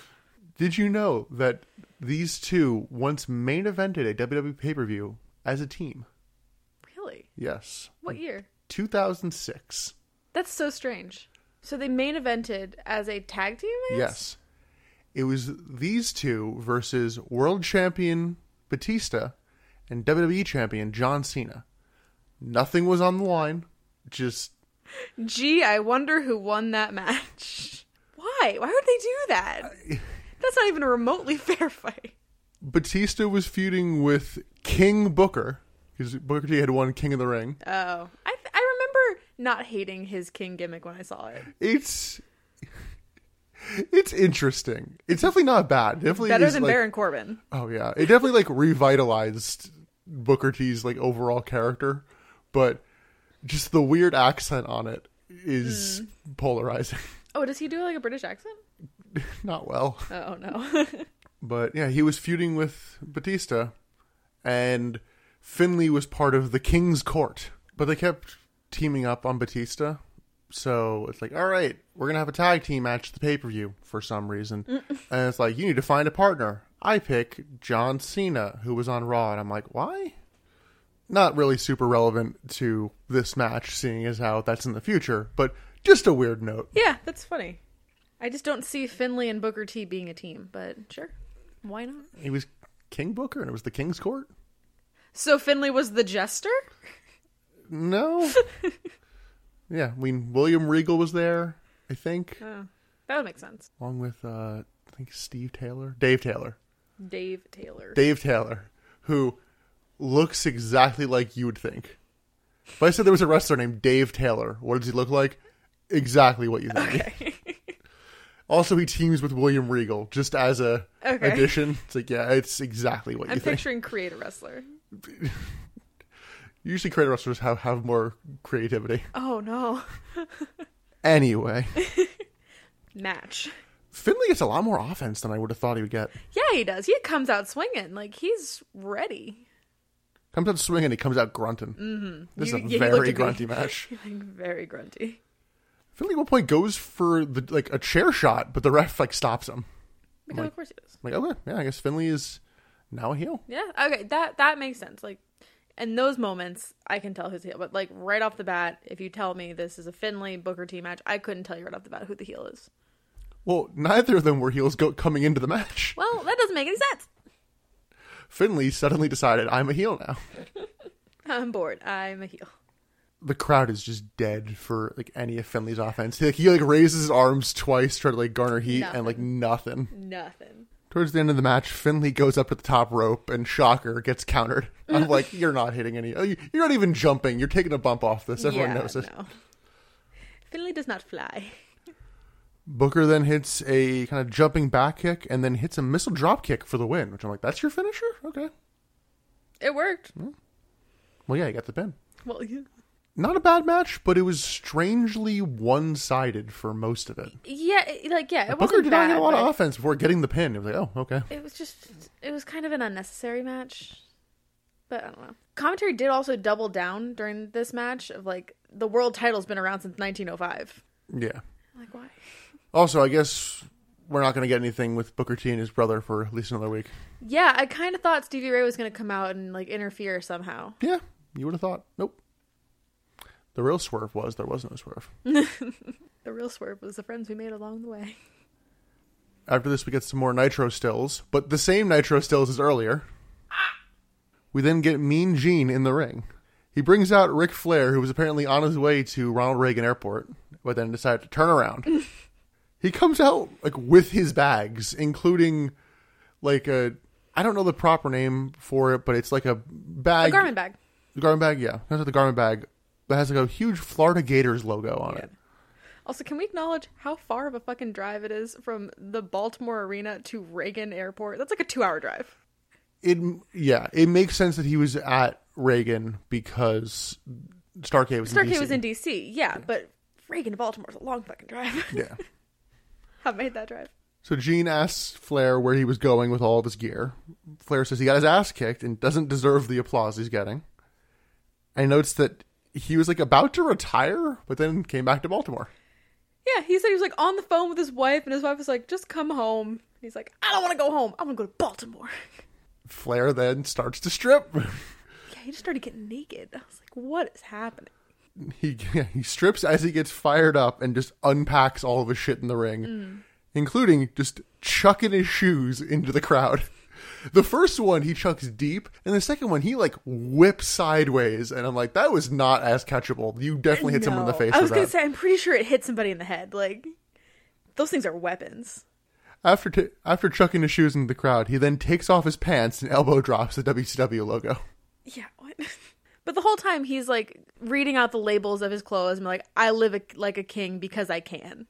Speaker 2: Did you know that these two once main evented a WWE pay per view as a team?
Speaker 1: Really?
Speaker 2: Yes.
Speaker 1: What year?
Speaker 2: 2006.
Speaker 1: That's so strange. So they main evented as a tag team. I guess?
Speaker 2: Yes. It was these two versus world champion Batista and WWE champion John Cena. Nothing was on the line. Just,
Speaker 1: Gee, I wonder who won that match. Why? Why would they do that? That's not even a remotely fair fight.
Speaker 2: Batista was feuding with King Booker because Booker T had won King of the Ring.
Speaker 1: Oh, I th- I remember not hating his king gimmick when I saw it.
Speaker 2: it's it's interesting. It's definitely not bad. Definitely
Speaker 1: Better
Speaker 2: is,
Speaker 1: than
Speaker 2: like,
Speaker 1: Baron Corbin.
Speaker 2: Oh yeah, it definitely like revitalized Booker T's like overall character, but just the weird accent on it is
Speaker 1: Mm.
Speaker 2: polarizing.
Speaker 1: Oh, does he do like a British accent?
Speaker 2: not well,
Speaker 1: Oh no.
Speaker 2: but yeah, he was feuding with Batista, and Finley was part of the King's Court, but they kept teaming up on Batista. So it's like, all right, we're gonna have a tag team match at the pay per view for some reason, and it's like you need to find a partner. I pick John Cena, who was on Raw, and I'm like, why? Not really super relevant to this match, seeing as how that's in the future, but just a weird note.
Speaker 1: yeah, that's funny. I just don't see Finley and Booker T being a team, but sure. Why not?
Speaker 2: He was King Booker, and it was the King's Court.
Speaker 1: So Finley was the jester?
Speaker 2: No. yeah, I mean William Regal was there, I think,
Speaker 1: Oh, that would make sense.
Speaker 2: along with uh, I think Steve Taylor, Dave Taylor,
Speaker 1: Dave Taylor.
Speaker 2: Dave Taylor, who looks exactly like you would think. If I said there was a wrestler named Dave Taylor, what does he look like? Exactly what you think. Also, he teams with William Regal just as a
Speaker 1: Okay.
Speaker 2: addition. It's like, yeah, it's exactly what
Speaker 1: I'm
Speaker 2: you think.
Speaker 1: picturing creator wrestler.
Speaker 2: Usually, creator wrestlers have, have more creativity.
Speaker 1: Oh no.
Speaker 2: Anyway,
Speaker 1: Match.
Speaker 2: Finley gets a lot more offense than I would have thought he would get.
Speaker 1: Yeah, he does. He comes out swinging. Like he's ready.
Speaker 2: Comes out swinging, he comes out grunting. Mm-hmm. This
Speaker 1: You-
Speaker 2: is a
Speaker 1: yeah, he
Speaker 2: very
Speaker 1: looked at
Speaker 2: grunty match.
Speaker 1: Like very grunty.
Speaker 2: Finley at one point goes for the like a chair shot, but the ref like stops him.
Speaker 1: Because of course he does.
Speaker 2: I'm like, okay, yeah, I guess Finley is now a heel.
Speaker 1: Yeah. Okay. That that makes sense. Like, in those moments, I can tell who's the heel. But like right off the bat, if you tell me this is a Finley Booker T match, I couldn't tell you right off the bat who the heel is.
Speaker 2: Well, neither of them were heels go- coming into the match.
Speaker 1: Well, that doesn't make any sense.
Speaker 2: Finley suddenly decided, I'm a heel now.
Speaker 1: I'm bored. I'm a heel.
Speaker 2: the crowd is just dead for like any of Finley's offense. He, like he like raises his arms twice, try to like garner heat, and like nothing.
Speaker 1: Nothing.
Speaker 2: Towards the end of the match, Finley goes up at the top rope, and Shocker gets countered. I'm like, you're not hitting any. oh, you- You're not even jumping. You're taking a bump off this. Everyone
Speaker 1: yeah,
Speaker 2: knows it.
Speaker 1: No. Finley does not fly.
Speaker 2: Booker then hits a kind of jumping back kick, and then hits a missile drop kick for the win. Which I'm like, that's your finisher? Okay.
Speaker 1: It worked.
Speaker 2: Hmm. Well, yeah, you got the pin.
Speaker 1: Well, yeah.
Speaker 2: Not a bad match, but it was strangely one-sided for most of it.
Speaker 1: yeah, it- like yeah, it
Speaker 2: Booker
Speaker 1: wasn't
Speaker 2: did
Speaker 1: bad.
Speaker 2: not get a lot
Speaker 1: but
Speaker 2: of offense before getting the pin. It was like, oh, okay.
Speaker 1: It was just it was kind of an unnecessary match. But I don't know. Commentary did also double down during this match of like the world title's been around since 1905.
Speaker 2: Yeah.
Speaker 1: Like why?
Speaker 2: Also, I guess we're not going to get anything with Booker T and his brother for at least another week.
Speaker 1: Yeah, I kind of thought Stevie Ray was going to come out and like interfere somehow.
Speaker 2: Yeah, you would have thought. Nope. The real swerve was there was no swerve.
Speaker 1: The real swerve was the friends we made along the way.
Speaker 2: After this, we get some more Nitro stills, but the same Nitro stills as earlier. We then get Mean Gene in the ring. He brings out Ric Flair, who was apparently on his way to Ronald Reagan Airport, but then decided to turn around. he comes out like with his bags, including like a I don't know the proper name for it, but it's like a
Speaker 1: A
Speaker 2: bag
Speaker 1: garment bag.
Speaker 2: The garment bag, yeah. That's the garment bag that has like a huge Florida Gators logo on it.
Speaker 1: Also, can we acknowledge how far of a fucking drive it is from the Baltimore Arena to Reagan Airport? That's like a 2-hour drive.
Speaker 2: It yeah, it makes sense that he was at Reagan because Starcade was in
Speaker 1: Starcade
Speaker 2: DC.
Speaker 1: was in DC. Yeah, but Reagan to Baltimore is a long fucking drive.
Speaker 2: yeah.
Speaker 1: I've made that drive.
Speaker 2: So Gene asks Flair where he was going with all of his gear. Flair says he got his ass kicked and doesn't deserve the applause he's getting. I notes that he was like about to retire, but then came back to Baltimore.
Speaker 1: Yeah, he said he was like on the phone with his wife, and his wife was like, "Just come home." And he's like, "I don't want to go home. I want to go to Baltimore."
Speaker 2: Flair then starts to strip.
Speaker 1: yeah, he just started getting naked. I was like, "What is happening?"
Speaker 2: he he strips as he gets fired up and just unpacks all of his shit in the ring,
Speaker 1: Mm.
Speaker 2: including just chucking his shoes into the crowd. The first one he chucks deep, and the second one he like whips sideways, and I'm like, that was not as catchable. You definitely hit someone in the
Speaker 1: No.
Speaker 2: face
Speaker 1: I
Speaker 2: with
Speaker 1: was gonna
Speaker 2: that.
Speaker 1: say, I'm pretty sure it hit somebody in the head. Like, those things are weapons.
Speaker 2: after t- after chucking his shoes into the crowd, he then takes off his pants and elbow drops the WCW logo.
Speaker 1: Yeah. What? but the whole time he's like reading out the labels of his clothes and like, "I live a, like a king because I can."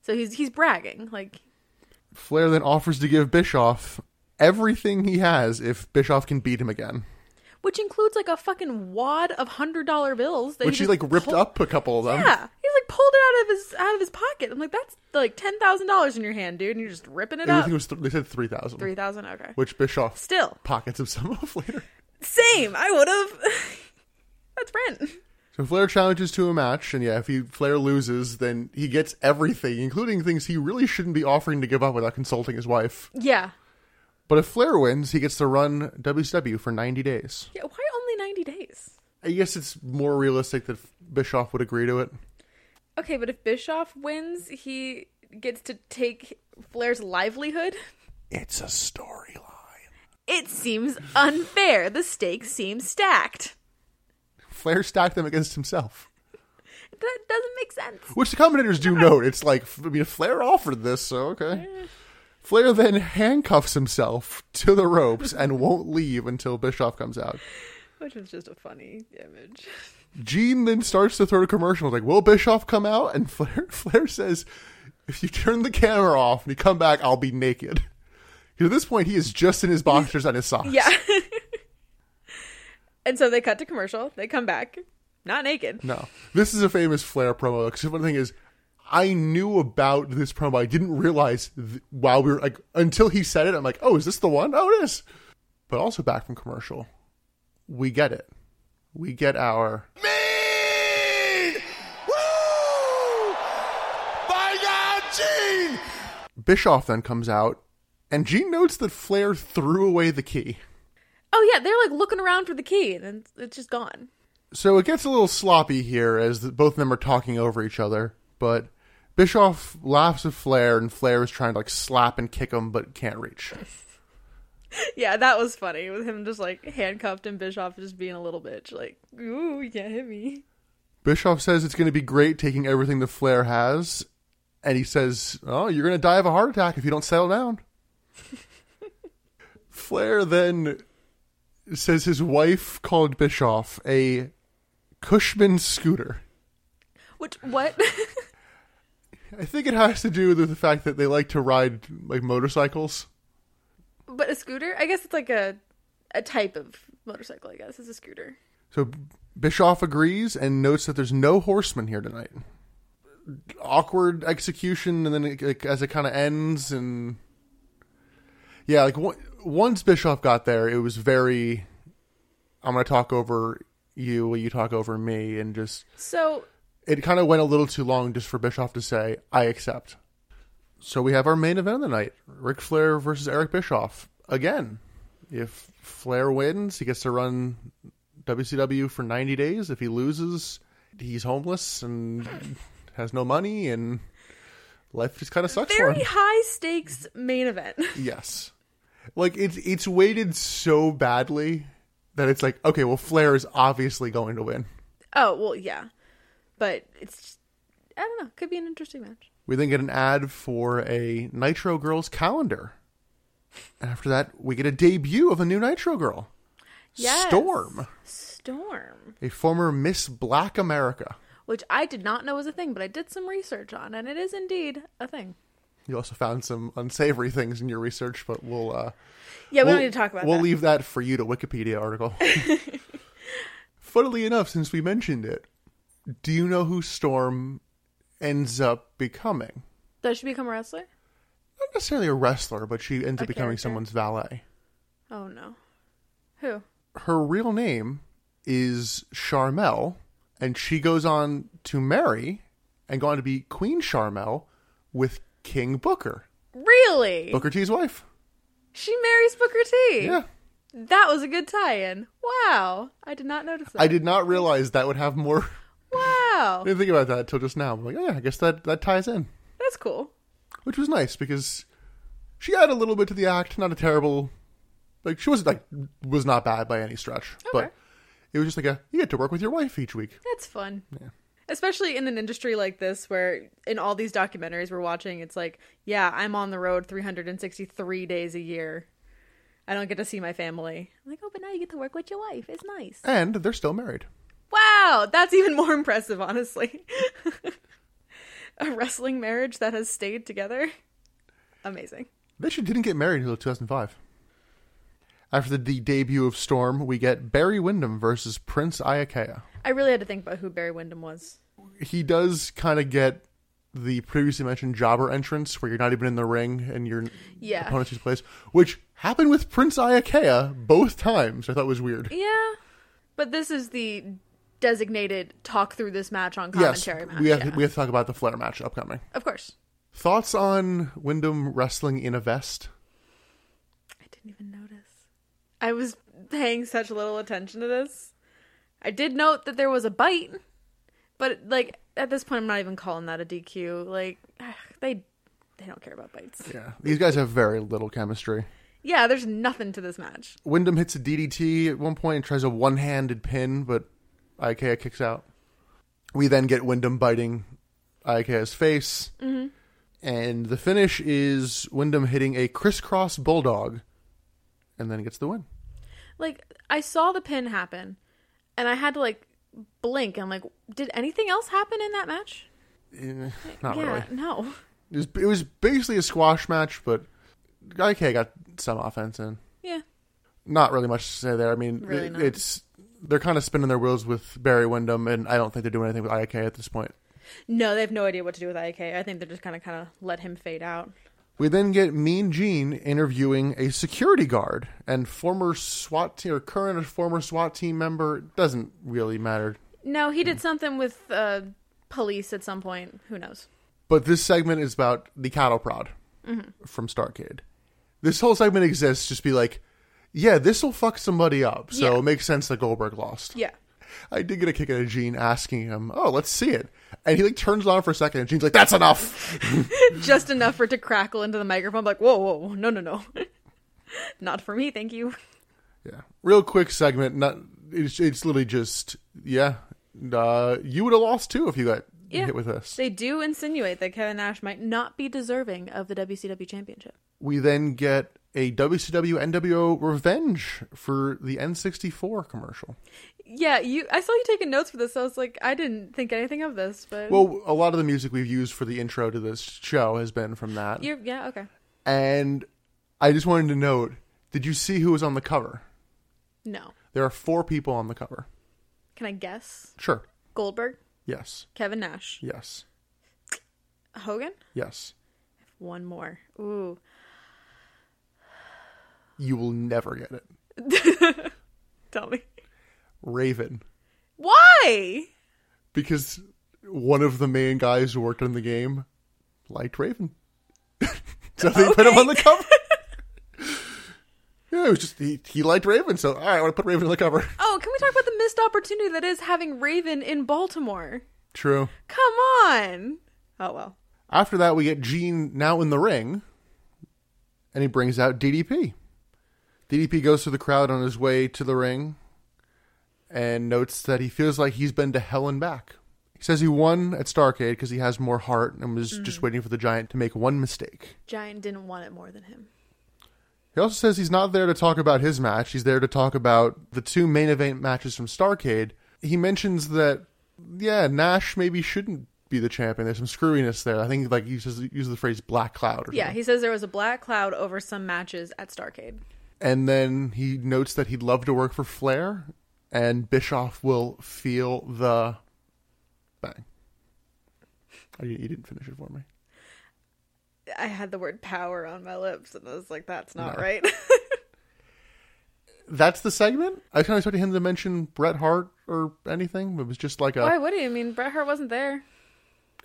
Speaker 1: So he's he's bragging. Like,
Speaker 2: Flair then offers to give Bischoff everything he has if Bischoff can beat him again,
Speaker 1: which includes like a fucking wad of hundred dollar bills that
Speaker 2: which
Speaker 1: he,
Speaker 2: he
Speaker 1: just
Speaker 2: like ripped
Speaker 1: pulled-
Speaker 2: up a couple of them.
Speaker 1: Yeah, he's like pulled it out of his out of his pocket. I'm like, that's like ten thousand dollars in your hand, dude, and you're just ripping it
Speaker 2: I
Speaker 1: up.
Speaker 2: think it was th- they said three thousand,
Speaker 1: Three thousand, okay.
Speaker 2: which Bischoff
Speaker 1: Still,
Speaker 2: pockets him some of later.
Speaker 1: same. I would have. that's rent.
Speaker 2: So Flair challenges to a match, and yeah, if he Flair loses, then he gets everything, including things he really shouldn't be offering to give up without consulting his wife.
Speaker 1: Yeah.
Speaker 2: But if Flair wins, he gets to run WCW for ninety days.
Speaker 1: Yeah. Why only ninety days?
Speaker 2: I guess it's more realistic that Bischoff would agree to it.
Speaker 1: Okay, but if Bischoff wins, he gets to take Flair's livelihood.
Speaker 2: It's a storyline.
Speaker 1: It seems unfair. The stakes seem stacked.
Speaker 2: Flair stacked them against himself,
Speaker 1: That doesn't make sense.
Speaker 2: which the commentators do note. It's like, I mean, Flair offered this, so okay. Flair then handcuffs himself to the ropes and won't leave until Bischoff comes out.
Speaker 1: Which was just a funny image.
Speaker 2: Gene then starts to throw a commercial like, "Will Bischoff come out?" And Flair Flair says, "If you turn the camera off and you come back, I'll be naked." 'Cause at this point, he is just in his boxers and his socks.
Speaker 1: Yeah. and so they cut to commercial. They come back, not naked.
Speaker 2: No, this is a famous Flair promo. Because the funny thing is, I knew about this promo. I didn't realize th- while we were like until he said it. I'm like, "Oh, is this the one? Oh, it is." But also back from commercial, we get it. We get our
Speaker 3: mean! Woo! By God, Gene!
Speaker 2: Bischoff then comes out, and Gene notes that Flair threw away the key.
Speaker 1: Oh yeah, they're like looking around for the key, and then it's just gone.
Speaker 2: So it gets a little sloppy here as the, both of them are talking over each other, but Bischoff laughs at Flair and Flair is trying to like slap and kick him but can't reach.
Speaker 1: Yeah, that was funny with him just like handcuffed and Bischoff just being a little bitch, like, ooh, you can't hit me.
Speaker 2: Bischoff says it's going to be great taking everything that Flair has and he says, "Oh, you're going to die of a heart attack if you don't settle down." Flair then says his wife called Bischoff a Cushman scooter.
Speaker 1: Which what?
Speaker 2: I think it has to do with the fact that they like to ride like motorcycles.
Speaker 1: but a scooter? I guess it's like a a type of motorcycle. I guess it's a scooter.
Speaker 2: So Bischoff agrees and notes that there's no horsemen here tonight. Awkward execution, and then it, like, as it kind of ends, and yeah, like on- once Bischoff got there, it was very. I'm gonna talk over you, will you talk over me, and just
Speaker 1: So
Speaker 2: it kind of went a little too long just for Bischoff to say, I accept. So we have our main event of the night Ric Flair versus Eric Bischoff. Again, if Flair wins, he gets to run WCW for 90 days. If he loses, he's homeless and has no money, and life just kind of sucks for
Speaker 1: very
Speaker 2: him.
Speaker 1: high stakes main event.
Speaker 2: Yes. Like, it's, it's weighted so badly that it's like, okay, well, Flair is obviously going to win.
Speaker 1: oh well, yeah, but it's just, I don't know. Could be an interesting match.
Speaker 2: We then get an ad for a Nitro Girls calendar. And after that, we get a debut of a new Nitro Girl.
Speaker 1: Yes.
Speaker 2: Storm,
Speaker 1: Storm,
Speaker 2: a former Miss Black America.
Speaker 1: which I did not know was a thing, but I did some research on, and it is indeed a thing.
Speaker 2: You also found some unsavory things in your research, but we'll uh
Speaker 1: Yeah, we
Speaker 2: we'll,
Speaker 1: don't need to talk about
Speaker 2: We'll
Speaker 1: that.
Speaker 2: leave that for you to Wikipedia article. Funnily enough, since we mentioned it, do you know who Storm ends up becoming?
Speaker 1: Does she become a wrestler?
Speaker 2: Not necessarily a wrestler, but she ends up
Speaker 1: A
Speaker 2: becoming
Speaker 1: character.
Speaker 2: someone's valet.
Speaker 1: Oh no, who?
Speaker 2: her real name is Charmel, and she goes on to marry and go on to be Queen Charmel with King Booker,
Speaker 1: Really?
Speaker 2: Booker T's wife.
Speaker 1: She marries Booker T.
Speaker 2: Yeah.
Speaker 1: That was a good tie-in. Wow, I did not notice that.
Speaker 2: I did not realize that would have more.
Speaker 1: Wow,
Speaker 2: I didn't think about that until just now. I'm like, oh, yeah, I guess that, that ties in,
Speaker 1: that's cool.
Speaker 2: which was nice because she added a little bit to the act. Not a terrible, like she wasn't like was not bad by any stretch,
Speaker 1: Okay.
Speaker 2: but it was just like a you get to work with your wife each week.
Speaker 1: That's fun. Especially in an industry like this, where in all these documentaries we're watching, it's like, yeah, I'm on the road 363 days a year. I don't get to see my family. I'm like, oh, but now you get to work with your wife. It's nice.
Speaker 2: And they're still married.
Speaker 1: Wow, that's even more impressive, honestly. A wrestling marriage that has stayed together. Amazing.
Speaker 2: They actually didn't get married until 2005. After the, the debut of Storm, we get Barry Windham versus Prince Iakea.
Speaker 1: I really had to think about who Barry Windham was.
Speaker 2: He does kind of get the previously mentioned jobber entrance where you're not even in the ring and your
Speaker 1: Yeah.
Speaker 2: opponent's just place, which happened with Prince Iakea both times. I thought was weird.
Speaker 1: Yeah. But this is the designated talk through this match on
Speaker 2: Yes,
Speaker 1: commentary match.
Speaker 2: we have,
Speaker 1: yeah.
Speaker 2: we have to talk about the Flair match upcoming.
Speaker 1: Of course.
Speaker 2: Thoughts on Wyndham wrestling in a vest?
Speaker 1: I didn't even notice. I was paying such little attention to this. I did note that there was a bite, but like at this point, I'm not even calling that a DQ. Like they They don't care about bites.
Speaker 2: Yeah, these guys have very little chemistry.
Speaker 1: Yeah, there's nothing to this match.
Speaker 2: Wyndham hits a DDT at one point and tries a one-handed pin, but Ikea kicks out. We then get Wyndham biting Ikea's face,
Speaker 1: Mm-hmm.
Speaker 2: and the finish is Wyndham hitting a crisscross bulldog, and then gets the win.
Speaker 1: Like I saw the pin happen, and I had to like blink. I'm like, did anything else happen in that match?
Speaker 2: Eh, Not
Speaker 1: yeah,
Speaker 2: really.
Speaker 1: no.
Speaker 2: It was, it was basically a squash match, but Ikea got some offense in.
Speaker 1: Yeah,
Speaker 2: Not really much to say there. I mean,
Speaker 1: Really
Speaker 2: it-
Speaker 1: not.
Speaker 2: it's they're kind of spinning their wheels with Barry Wyndham, and I don't think they're doing anything with Ikea at this point.
Speaker 1: no, they have no idea what to do with IK. I think they're just kind of kind of let him fade out.
Speaker 2: We then get Mean Gene interviewing a security guard and former SWAT team or current or former SWAT team member it doesn't really matter.
Speaker 1: No, he
Speaker 2: Hmm.
Speaker 1: did something with uh, police at some point. Who knows?
Speaker 2: But this segment is about the cattle prod from Starcade. This whole segment exists just be like, yeah, this will fuck somebody up. So
Speaker 1: Yeah.
Speaker 2: it makes sense that Goldberg lost.
Speaker 1: Yeah.
Speaker 2: I did get a kick out of Gene asking him, "Oh, let's see it," and he like turns it on for a second, and Gene's like, "That's enough."
Speaker 1: just enough for it to crackle into the microphone. Like, whoa, whoa, whoa, no, no, no. Not for me, thank you.
Speaker 2: yeah, real quick segment. Not it's it's literally just yeah. Uh, you would have lost too if you got
Speaker 1: Yeah.
Speaker 2: hit with this.
Speaker 1: They do insinuate that Kevin Nash might not be deserving of the WCW championship.
Speaker 2: We then get a WCW NWO revenge for the N64 commercial.
Speaker 1: Yeah, you. I saw you taking notes for this. So I was like, I didn't think anything of this, but
Speaker 2: Well, a lot of the music we've used for the intro to this show has been from that.
Speaker 1: you're yeah okay.
Speaker 2: And I just wanted to note: Did you see who was on the cover?
Speaker 1: No,
Speaker 2: There are four people on the cover.
Speaker 1: can I guess?
Speaker 2: Sure.
Speaker 1: Goldberg,
Speaker 2: Yes.
Speaker 1: Kevin Nash,
Speaker 2: Yes.
Speaker 1: Hogan.
Speaker 2: Yes.
Speaker 1: One more. Ooh,
Speaker 2: You will never get it.
Speaker 1: tell me
Speaker 2: Raven.
Speaker 1: why?
Speaker 2: Because one of the main guys who worked on the game liked Raven. so they put him on the cover. yeah, it was just he, he liked Raven, so all right, I want to put Raven on the cover.
Speaker 1: Oh, can we talk about the missed opportunity that is having Raven in Baltimore?
Speaker 2: True.
Speaker 1: Come on. Oh well.
Speaker 2: After that we get Gene now in the ring and he brings out DDP. DDP goes through the crowd on his way to the ring and notes that he feels like he's been to hell and back. He says he won at Starcade because he has more heart and was just waiting for the Giant to make one mistake.
Speaker 1: Giant didn't want it more than him.
Speaker 2: He also says he's not there to talk about his match. He's there to talk about the two main event matches from Starcade. He mentions that, yeah, Nash maybe shouldn't be the champion. There's some screwiness there. I think like he uses uses the phrase black cloud. Or
Speaker 1: Yeah,
Speaker 2: something.
Speaker 1: he says there was a black cloud over some matches at Starcade.
Speaker 2: And then he notes that he'd love to work for Flair, and Bischoff will feel the bang. Oh, you, you didn't finish it for me.
Speaker 1: I had the word power on my lips, and I was like, that's not
Speaker 2: No.
Speaker 1: right.
Speaker 2: That's the segment. I was kind of expecting him to mention Bret Hart or anything. It was just like a
Speaker 1: Why would he? I mean, Bret Hart wasn't there.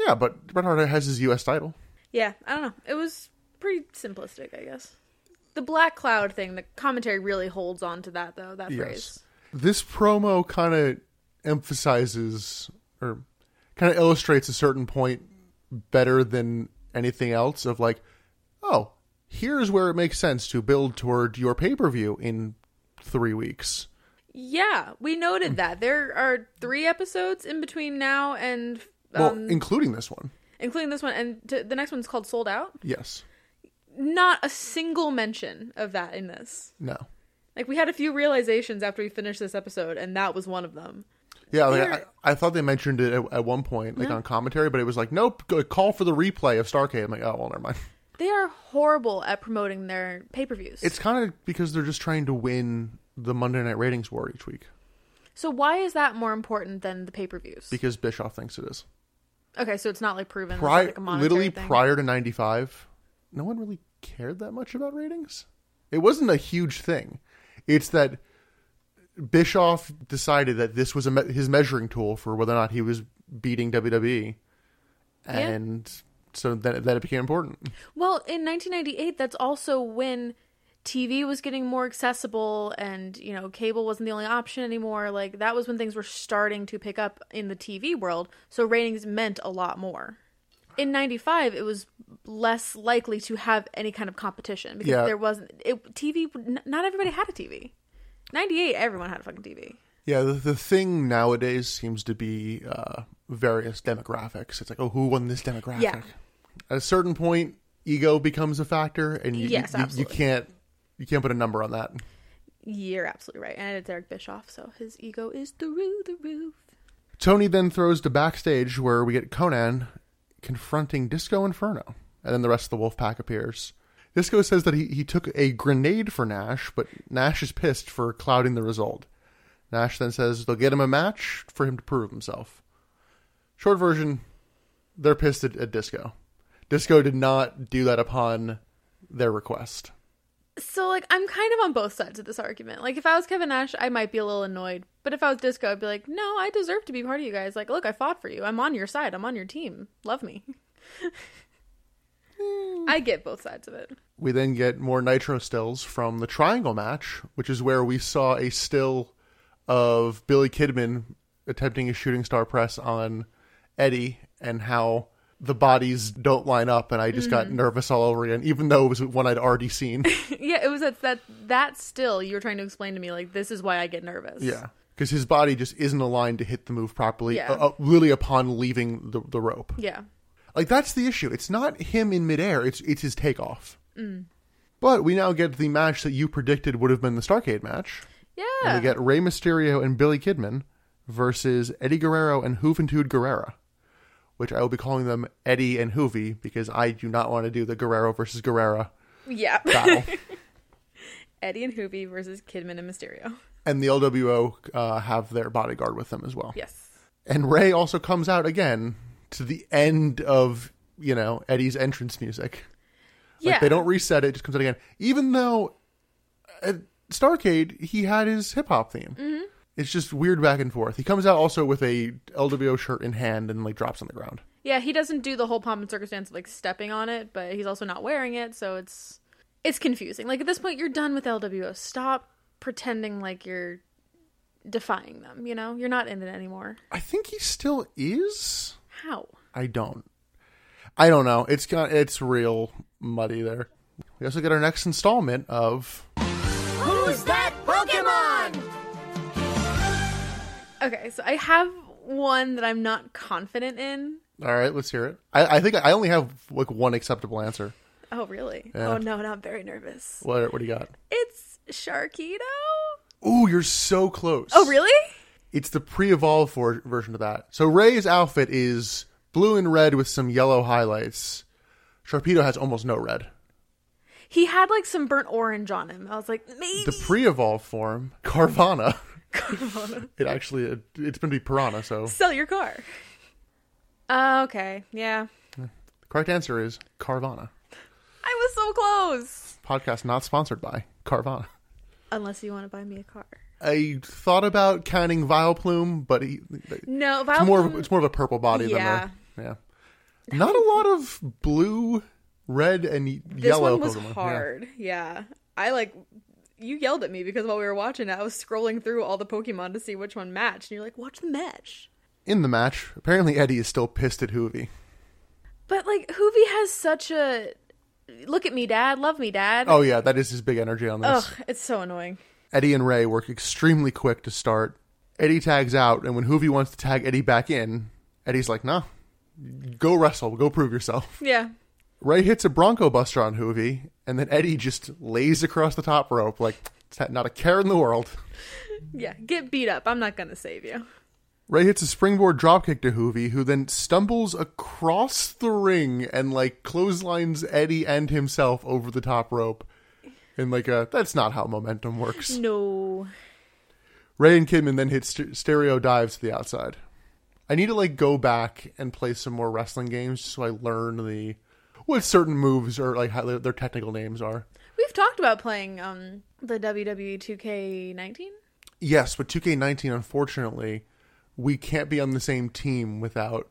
Speaker 2: yeah, but Bret Hart has his U.S. title.
Speaker 1: Yeah, I don't know. It was pretty simplistic, I guess. The black cloud thing, the commentary really holds on to that, though, that phrase.
Speaker 2: This promo kind of emphasizes or kind of illustrates a certain point better than anything else of like, oh, here's where it makes sense to build toward your pay per view in three weeks.
Speaker 1: Yeah, we noted that. There are three episodes in between now and. Um,
Speaker 2: Well, including this one.
Speaker 1: including this one, and t- the next one's called Sold Out.
Speaker 2: Yes.
Speaker 1: Not a single mention of that in this.
Speaker 2: No.
Speaker 1: Like we had a few realizations after we finished this episode, and that was one of them.
Speaker 2: Yeah, like,
Speaker 1: There-
Speaker 2: I, I thought they mentioned it at, at one point, like on commentary, but it was like, nope, go, call for the replay of Starcade. I'm like, oh, well, never mind.
Speaker 1: They are horrible at promoting their pay per views.
Speaker 2: It's kind of because they're just trying to win the Monday Night Ratings war each week
Speaker 1: So why is that more important than the pay per views?
Speaker 2: because Bischoff thinks it is.
Speaker 1: Okay, so it's not like proven. it's
Speaker 2: prior,
Speaker 1: like a monetary
Speaker 2: literally
Speaker 1: thing.
Speaker 2: prior to '95, no one really cared that much about ratings. It wasn't a huge thing. It's that Bischoff decided that this was a me- his measuring tool for whether or not he was beating WWE, and so then that it became important.
Speaker 1: Well, in 1998, that's also when TV was getting more accessible, and you know, cable wasn't the only option anymore. Like that was when things were starting to pick up in the TV world. So ratings meant a lot more. in 95 it was less likely to have any kind of competition because
Speaker 2: Yeah.
Speaker 1: there wasn't it, tv n- not everybody had a tv 98 everyone had a fucking tv
Speaker 2: Yeah, the, the thing nowadays seems to be uh, various demographics. It's like, oh, who won this demographic?
Speaker 1: Yeah.
Speaker 2: At a certain point, ego becomes a factor, and you,
Speaker 1: Yes,
Speaker 2: you- you, you
Speaker 1: absolutely.
Speaker 2: can't you can't put a number on that.
Speaker 1: you're absolutely right and i did derek bischoff so his ego is through the roof
Speaker 2: Tony then throws to backstage where we get Conan confronting Disco Inferno, and then the rest of the wolf pack appears. Disco says that he, he took a grenade for Nash, but Nash is pissed for clouding the result. Nash then says they'll get him a match for him to prove himself. Short version, they're pissed at, at Disco. Disco did not do that upon their request.
Speaker 1: so like i'm kind of on both sides of this argument like if i was kevin nash i might be a little annoyed but if i was disco i'd be like no i deserve to be part of you guys like look i fought for you i'm on your side i'm on your team love me i get both sides of it
Speaker 2: We then get more nitro stills from the triangle match, which is where we saw a still of Billy Kidman attempting a shooting star press on Eddie and how the bodies don't line up. And I just got nervous all over again, even though it was one I'd already seen.
Speaker 1: Yeah, it was that that that still you were trying to explain to me like this is why I get nervous.
Speaker 2: yeah. Because his body just isn't aligned to hit the move properly,
Speaker 1: Yeah.
Speaker 2: uh, uh, really upon leaving the, the rope.
Speaker 1: Yeah.
Speaker 2: Like that's the issue. It's not him in midair. It's it's his takeoff. But we now get the match that you predicted would have been the Starcade match.
Speaker 1: Yeah.
Speaker 2: And we get Rey Mysterio and Billy Kidman versus Eddie Guerrero and Juventud Guerrera, which I will be calling them Eddie and Hoovy because I do not want to do the Guerrero versus Guerrera
Speaker 1: yeah.
Speaker 2: battle.
Speaker 1: Eddie and Hoovy versus Kidman and Mysterio.
Speaker 2: and the LWO uh, have their bodyguard with them as well.
Speaker 1: Yes.
Speaker 2: And Ray also comes out again to the end of, you know, Eddie's entrance music. Like
Speaker 1: yeah.
Speaker 2: they don't reset it, it just comes out again. Even though at Starcade he had his hip hop theme. Mm-hmm. It's just weird back and forth. He comes out also with a LWO shirt in hand and like drops on the ground.
Speaker 1: Yeah, he doesn't do the whole pomp and circumstance of like stepping on it, but he's also not wearing it, so it's it's confusing. Like at this point you're done with LWO. Stop pretending like you're defying them, you know? You're not in it anymore.
Speaker 2: I think he still is.
Speaker 1: How?
Speaker 2: I don't. I don't know. It's got it's real muddy there. We also get our next installment of
Speaker 3: Who's that Pokemon?
Speaker 1: Okay, so I have one that I'm not confident in.
Speaker 2: all right. Let's hear it. I, I think I only have like one acceptable answer.
Speaker 1: Oh really?
Speaker 2: Yeah.
Speaker 1: Oh no, and I'm very nervous.
Speaker 2: What what do you got?
Speaker 1: It's Sharknado.
Speaker 2: Ooh, you're so close.
Speaker 1: Oh, really?
Speaker 2: It's the pre-evolved for- version of that. So Ray's outfit is blue and red with some yellow highlights. Sharpedo has almost no red.
Speaker 1: He had like some burnt orange on him. I was like, maybe.
Speaker 2: The pre-evolved form, Carvana. Carvana. it actually it, it's been to be Piranha. So
Speaker 1: Sell your car. Oh, okay. Yeah.
Speaker 2: the correct answer is Carvana.
Speaker 1: I was so close.
Speaker 2: Podcast not sponsored by Carvana.
Speaker 1: Unless you want to buy me a car.
Speaker 2: I thought about counting Vileplume, but he,
Speaker 1: No,
Speaker 2: it's
Speaker 1: Vile.
Speaker 2: more of, it's more of a purple body
Speaker 1: Yeah.
Speaker 2: than a yeah. Not a lot of blue, red, and y-
Speaker 1: this
Speaker 2: yellow.
Speaker 1: one was
Speaker 2: Pokemon. Yeah.
Speaker 1: hard. Yeah. I like. You yelled at me because while we were watching it, I was scrolling through all the Pokemon to see which one matched. And you're like, watch the match.
Speaker 2: In the match, apparently Eddie is still pissed at Hoovy.
Speaker 1: But like, Hoovy has such a. Look at me, Dad. Love me, Dad.
Speaker 2: Oh yeah, that is his big energy on this.
Speaker 1: Ugh, it's so annoying.
Speaker 2: Eddie and Ray work extremely quick to start. Eddie tags out, and when Hoovy wants to tag Eddie back in, Eddie's like, "No, go wrestle, go prove yourself."
Speaker 1: Yeah.
Speaker 2: Ray hits a Bronco Buster on Hoovy, and then Eddie just lays across the top rope like it's not a care in the world.
Speaker 1: Yeah, get beat up. I'm not gonna save you.
Speaker 2: Ray hits a springboard dropkick to Hoovy, who then stumbles across the ring and like clotheslines Eddie and himself over the top rope. In like a that's not how momentum works.
Speaker 1: No.
Speaker 2: Ray and Kidman then hit st- stereo dives to the outside. I need to like go back and play some more wrestling games so I learn the what certain moves are like how their their technical names are.
Speaker 1: We've talked about playing um the WWE 2K19.
Speaker 2: Yes, but 2K19 unfortunately we can't be on the same team without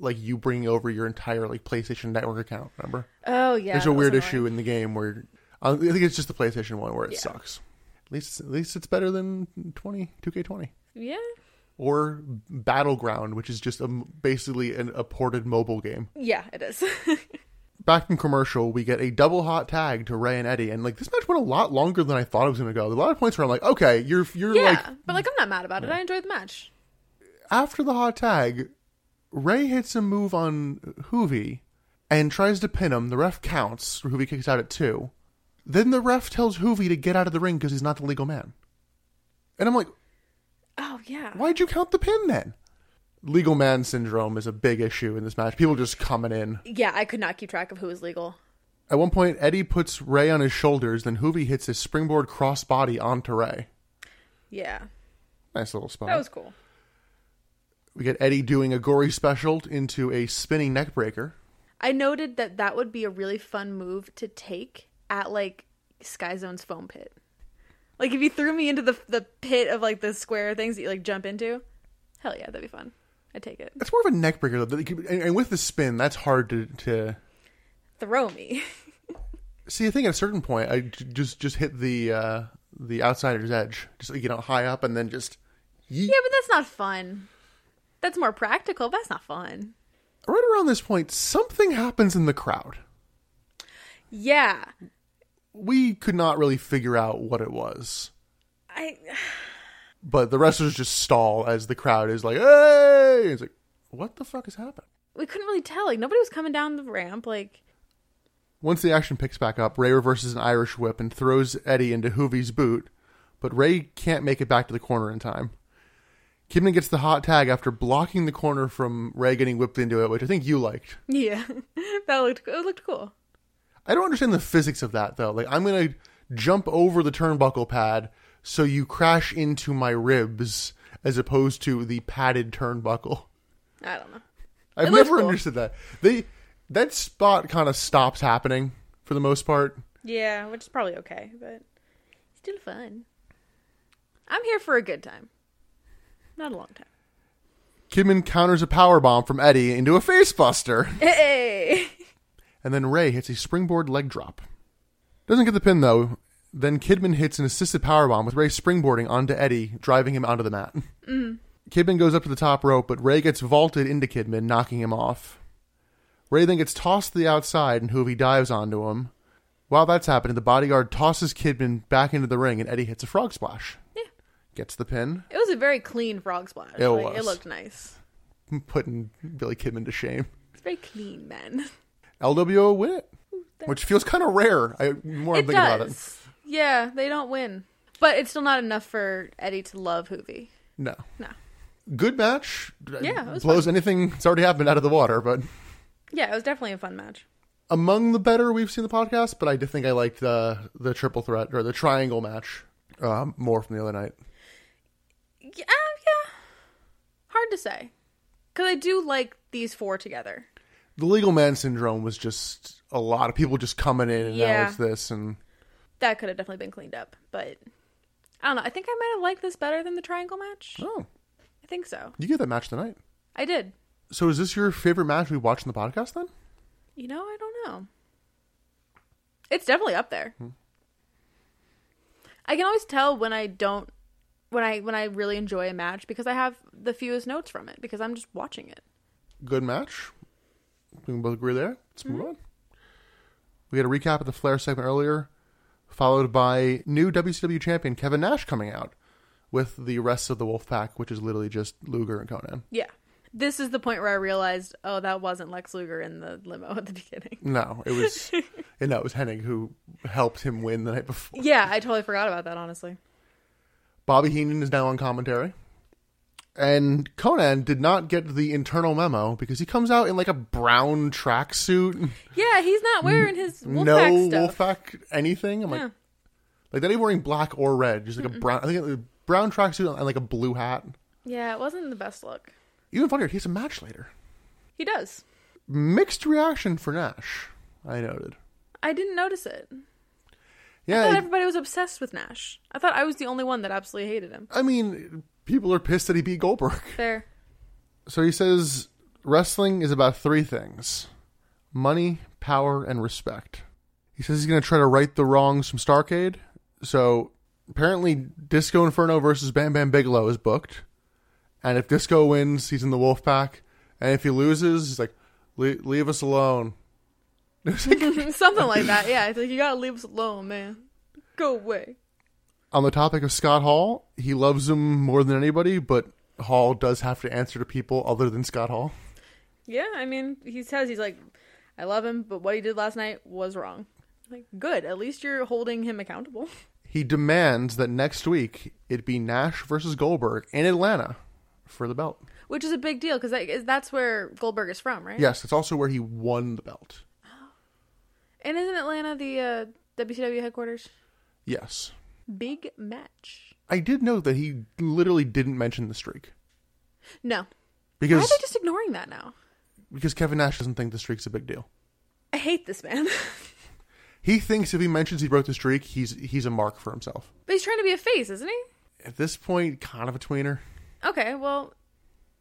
Speaker 2: like you bringing over your entire like PlayStation Network account. Remember,
Speaker 1: Oh yeah.
Speaker 2: there's
Speaker 1: that
Speaker 2: a
Speaker 1: was
Speaker 2: weird
Speaker 1: annoying.
Speaker 2: issue in the game where I think it's just the PlayStation one where it
Speaker 1: Yeah.
Speaker 2: sucks. At least at least it's better than 20 2K20.
Speaker 1: Yeah.
Speaker 2: or Battleground, which is just a, basically an, a ported mobile game.
Speaker 1: Yeah, it is.
Speaker 2: Back from commercial, we get a double hot tag to Ray and Eddie, and like this match went a lot longer than I thought it was going to go. A lot of points where I'm like, okay, you're you're
Speaker 1: yeah,
Speaker 2: like
Speaker 1: but like I'm not mad about it. I enjoyed the match.
Speaker 2: after the hot tag, Ray hits a move on Hoovy and tries to pin him. The ref counts. Hoovy kicks out at two. Then the ref tells Hoovy to get out of the ring because he's not the legal man. And I'm like,
Speaker 1: Oh yeah.
Speaker 2: why'd you count the pin then? Legal man syndrome is a big issue in this match. People just coming in.
Speaker 1: Yeah, I could not keep track of who was legal.
Speaker 2: At one point, Eddie puts Ray on his shoulders, then Hoovy hits his springboard crossbody onto Ray.
Speaker 1: Yeah,
Speaker 2: Nice little spot.
Speaker 1: that was cool.
Speaker 2: We get Eddie doing a gory special into a spinning neck breaker.
Speaker 1: I noted that that would be a really fun move to take at like Sky Zone's foam pit. Like if you threw me into the the pit of like the square things that you like jump into, hell yeah, that'd be fun. I take it.
Speaker 2: That's more of a neck breaker, though. That it could- And and with the spin, that's hard to, to
Speaker 1: Throw me.
Speaker 2: see. I think at a certain point, I j- just just hit the uh, the outsider's edge, just you know, high up, and then just yeet.
Speaker 1: yeah, but that's not fun. That's more practical. But that's not fun.
Speaker 2: Right around this point, something happens in the crowd.
Speaker 1: Yeah,
Speaker 2: We could not really figure out what it was,
Speaker 1: I.
Speaker 2: but the wrestlers just stall as the crowd is like, "Hey!" It's like, what the fuck is happening?
Speaker 1: We couldn't really tell. Like nobody was coming down the ramp. Like
Speaker 2: Once the action picks back up, Ray reverses an Irish whip and throws Eddie into Hoovy's boot, but Ray can't make it back to the corner in time. Kidman gets the hot tag after blocking the corner from Ray getting whipped into it, which I think you liked.
Speaker 1: yeah, that looked it looked cool.
Speaker 2: I don't understand the physics of that though. Like I'm gonna jump over the turnbuckle pad so you crash into my ribs as opposed to the padded turnbuckle.
Speaker 1: I don't know.
Speaker 2: I've
Speaker 1: It looked
Speaker 2: never
Speaker 1: cool.
Speaker 2: understood that. They that spot kind of stops happening for the most part.
Speaker 1: Yeah, which is probably okay, but still fun. I'm here for a good time, not a long time.
Speaker 2: Kidman counters a power bomb from Eddie into a facebuster,
Speaker 1: Hey,
Speaker 2: and then Ray hits a springboard leg drop. Doesn't get the pin though. Then Kidman hits an assisted power bomb with Ray springboarding onto Eddie, driving him onto the mat.
Speaker 1: Mm-hmm.
Speaker 2: Kidman goes up to the top rope, but Ray gets vaulted into Kidman, knocking him off. Ray then gets tossed to the outside, and Hoovy dives onto him. While that's happening, the bodyguard tosses Kidman back into the ring, and Eddie hits a frog splash.
Speaker 1: Yeah.
Speaker 2: Gets the pin,
Speaker 1: it was a very clean frog splash.
Speaker 2: It
Speaker 1: Like, It
Speaker 2: was.
Speaker 1: looked nice.
Speaker 2: putting Billy Kidman to shame.
Speaker 1: It's very clean, man.
Speaker 2: LWO win it, which feels kind of rare. I more I'm
Speaker 1: it
Speaker 2: thinking
Speaker 1: does.
Speaker 2: about it.
Speaker 1: Yeah, they don't win, but it's still not enough for Eddie to love Hoovy.
Speaker 2: No,
Speaker 1: No.
Speaker 2: good match.
Speaker 1: Yeah, it was
Speaker 2: blows anything that's already happened out of the water. But
Speaker 1: Yeah, it was definitely a fun match.
Speaker 2: among the better we've seen the podcast. But I did think I liked the the triple threat or the triangle match uh, more from the other night.
Speaker 1: Yeah, um, yeah. Hard to say, because I do like these four together.
Speaker 2: The legal man syndrome was just a lot of people just coming in, and now
Speaker 1: Yeah.
Speaker 2: it's this and.
Speaker 1: That could have definitely been cleaned up, but I don't know. I think I might have liked this better than the triangle match.
Speaker 2: Oh,
Speaker 1: I think so.
Speaker 2: you get that match tonight.
Speaker 1: I did.
Speaker 2: So is this your favorite match we watched in the podcast then?
Speaker 1: You know, I don't know. It's definitely up there. I can always tell when I don't when I when I really enjoy a match because I have the fewest notes from it because I'm just watching it.
Speaker 2: good match. We can both agree there. Let's move on. We had a recap of the Flair segment earlier, followed by new WCW champion Kevin Nash coming out with the rest of the Wolfpack, which is literally just Luger and Conan.
Speaker 1: Yeah. This is the point where I realized, oh, that wasn't Lex Luger in the limo at the beginning.
Speaker 2: No, it was and no, it was Hennig who helped him win the night before.
Speaker 1: Yeah, I totally forgot about that, honestly.
Speaker 2: Bobby Heenan is now on commentary. And Conan did not get the internal memo because he comes out in like a brown tracksuit,
Speaker 1: Yeah, he's not wearing his
Speaker 2: Mm, no
Speaker 1: Wolfpack stuff.
Speaker 2: Wolfpack anything. I'm like,
Speaker 1: Yeah.
Speaker 2: Like not even wearing black or red, just like a brown. I think a brown tracksuit and like a blue hat.
Speaker 1: yeah, it wasn't the best look.
Speaker 2: Even funnier, he has a match later.
Speaker 1: He does.
Speaker 2: Mixed reaction for Nash. I noted.
Speaker 1: I didn't notice it. I thought
Speaker 2: Yeah,
Speaker 1: everybody was obsessed with Nash. I thought I was the only one that absolutely hated him.
Speaker 2: I mean, people are pissed that he beat Goldberg.
Speaker 1: There.
Speaker 2: So he says wrestling is about three things: money, power, and respect. He says he's going to try to right the wrongs from Starcade. So apparently, Disco Inferno versus Bam Bam Bigelow is booked, And if Disco wins, he's in the wolf pack. And if he loses, he's like, "Le- "Leave us alone." It was like-
Speaker 1: Something like that. Yeah, it's like you gotta leave us alone, man. Go away.
Speaker 2: on the topic of Scott Hall, he loves him more than anybody, but Hall does have to answer to people other than Scott Hall.
Speaker 1: Yeah, I mean, he says he's like, I love him, but what he did last night was wrong. Like, good. At least you're holding him accountable.
Speaker 2: He demands that next week it be Nash versus Goldberg in Atlanta for the belt.
Speaker 1: Which is a big deal because that, that's where Goldberg is from, right?
Speaker 2: Yes, it's also where he won the belt.
Speaker 1: And isn't Atlanta the uh, WCW headquarters?
Speaker 2: Yes.
Speaker 1: Big match.
Speaker 2: I did note that he literally didn't mention the streak
Speaker 1: No. Why are
Speaker 2: because
Speaker 1: they just ignoring that now?
Speaker 2: because Kevin Nash doesn't think the streak's a big deal.
Speaker 1: I hate this man.
Speaker 2: He thinks if he mentions he broke the streak, he's he's a mark for himself.
Speaker 1: but he's trying to be a face, isn't he?
Speaker 2: At this point, kind of a tweener.
Speaker 1: Okay, well,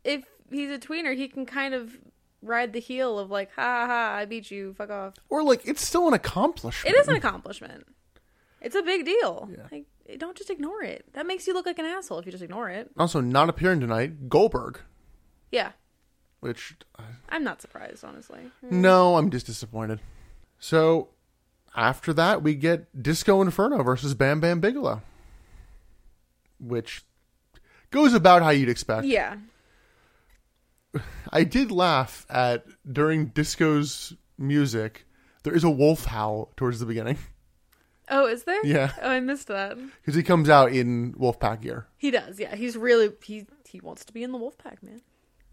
Speaker 1: if he's a tweener, he can kind of ride the heel of like, ha ha, ha I beat you, fuck off.
Speaker 2: Or like it's still an accomplishment.
Speaker 1: It is an accomplishment. It's a big deal.
Speaker 2: Yeah.
Speaker 1: Like, don't just ignore it. That makes you look like an asshole if you just ignore it.
Speaker 2: Also, not appearing tonight, Goldberg.
Speaker 1: Yeah,
Speaker 2: Which, uh,
Speaker 1: I'm not surprised, honestly.
Speaker 2: no, I'm just disappointed. So, after that, we get Disco Inferno versus Bam Bam Bigelow, which goes about how you'd expect.
Speaker 1: Yeah,
Speaker 2: I did laugh at during Disco's music. There is a wolf howl towards the beginning
Speaker 1: Oh, is there?
Speaker 2: Yeah.
Speaker 1: Oh, I missed that.
Speaker 2: because he comes out in wolf pack gear,
Speaker 1: He does. Yeah, he's really he he wants to be in the wolf pack, man.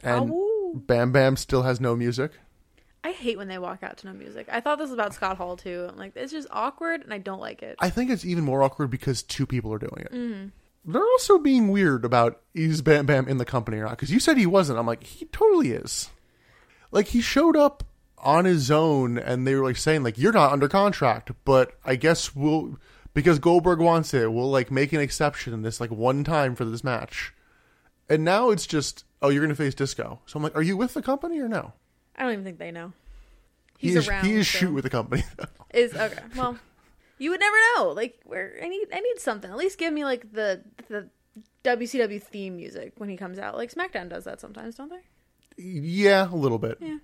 Speaker 2: and
Speaker 1: Ow.
Speaker 2: Bam Bam still has no music.
Speaker 1: I hate when they walk out to no music. I thought this was about Scott Hall too. I'm like, it's just awkward, and I don't like it.
Speaker 2: I think it's even more awkward because two people are doing it.
Speaker 1: Mm-hmm.
Speaker 2: They're also being weird about is Bam Bam in the company or not? Because you said he wasn't. I'm like, he totally is. Like he showed up on his own, and they were like saying like you're not under contract, but I guess we'll because Goldberg wants it, we'll like make an exception in this like one time for this match. And now it's just oh you're gonna face Disco. So I'm like, are you with the company or no?
Speaker 1: I don't even think they know.
Speaker 2: He
Speaker 1: He's
Speaker 2: is,
Speaker 1: around.
Speaker 2: he is
Speaker 1: so-
Speaker 2: shoot with the company.
Speaker 1: Is okay. Well, you would never know. Like, where I need I need something. At least give me like the the WCW theme music when he comes out. Like SmackDown does that sometimes, don't they?
Speaker 2: Yeah, a little bit.
Speaker 1: Yeah.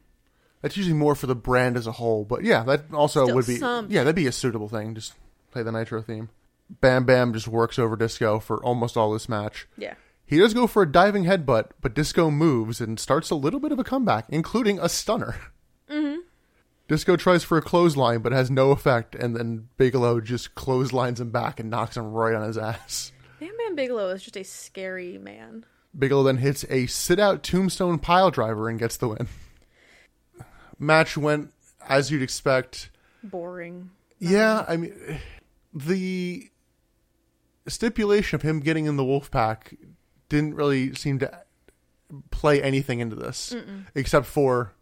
Speaker 2: That's usually more for the brand as a whole, but yeah, that also
Speaker 1: Still
Speaker 2: would be
Speaker 1: something.
Speaker 2: yeah, that'd be a suitable thing. Just play the Nitro theme. Bam Bam just works over Disco for almost all this match.
Speaker 1: Yeah.
Speaker 2: He does go for a diving headbutt, but Disco moves and starts a little bit of a comeback, including a stunner. Mm-hmm. Disco tries for a clothesline, but has no effect, and then Bigelow just clotheslines him back and knocks him right on his ass.
Speaker 1: Bam Bam Bigelow is just a scary man.
Speaker 2: Bigelow then hits a sit out tombstone pile driver and gets the win. Match went as you'd expect.
Speaker 1: Boring.
Speaker 2: Yeah, I mean, the stipulation of him getting in the wolf pack didn't really seem to play anything into this, except for,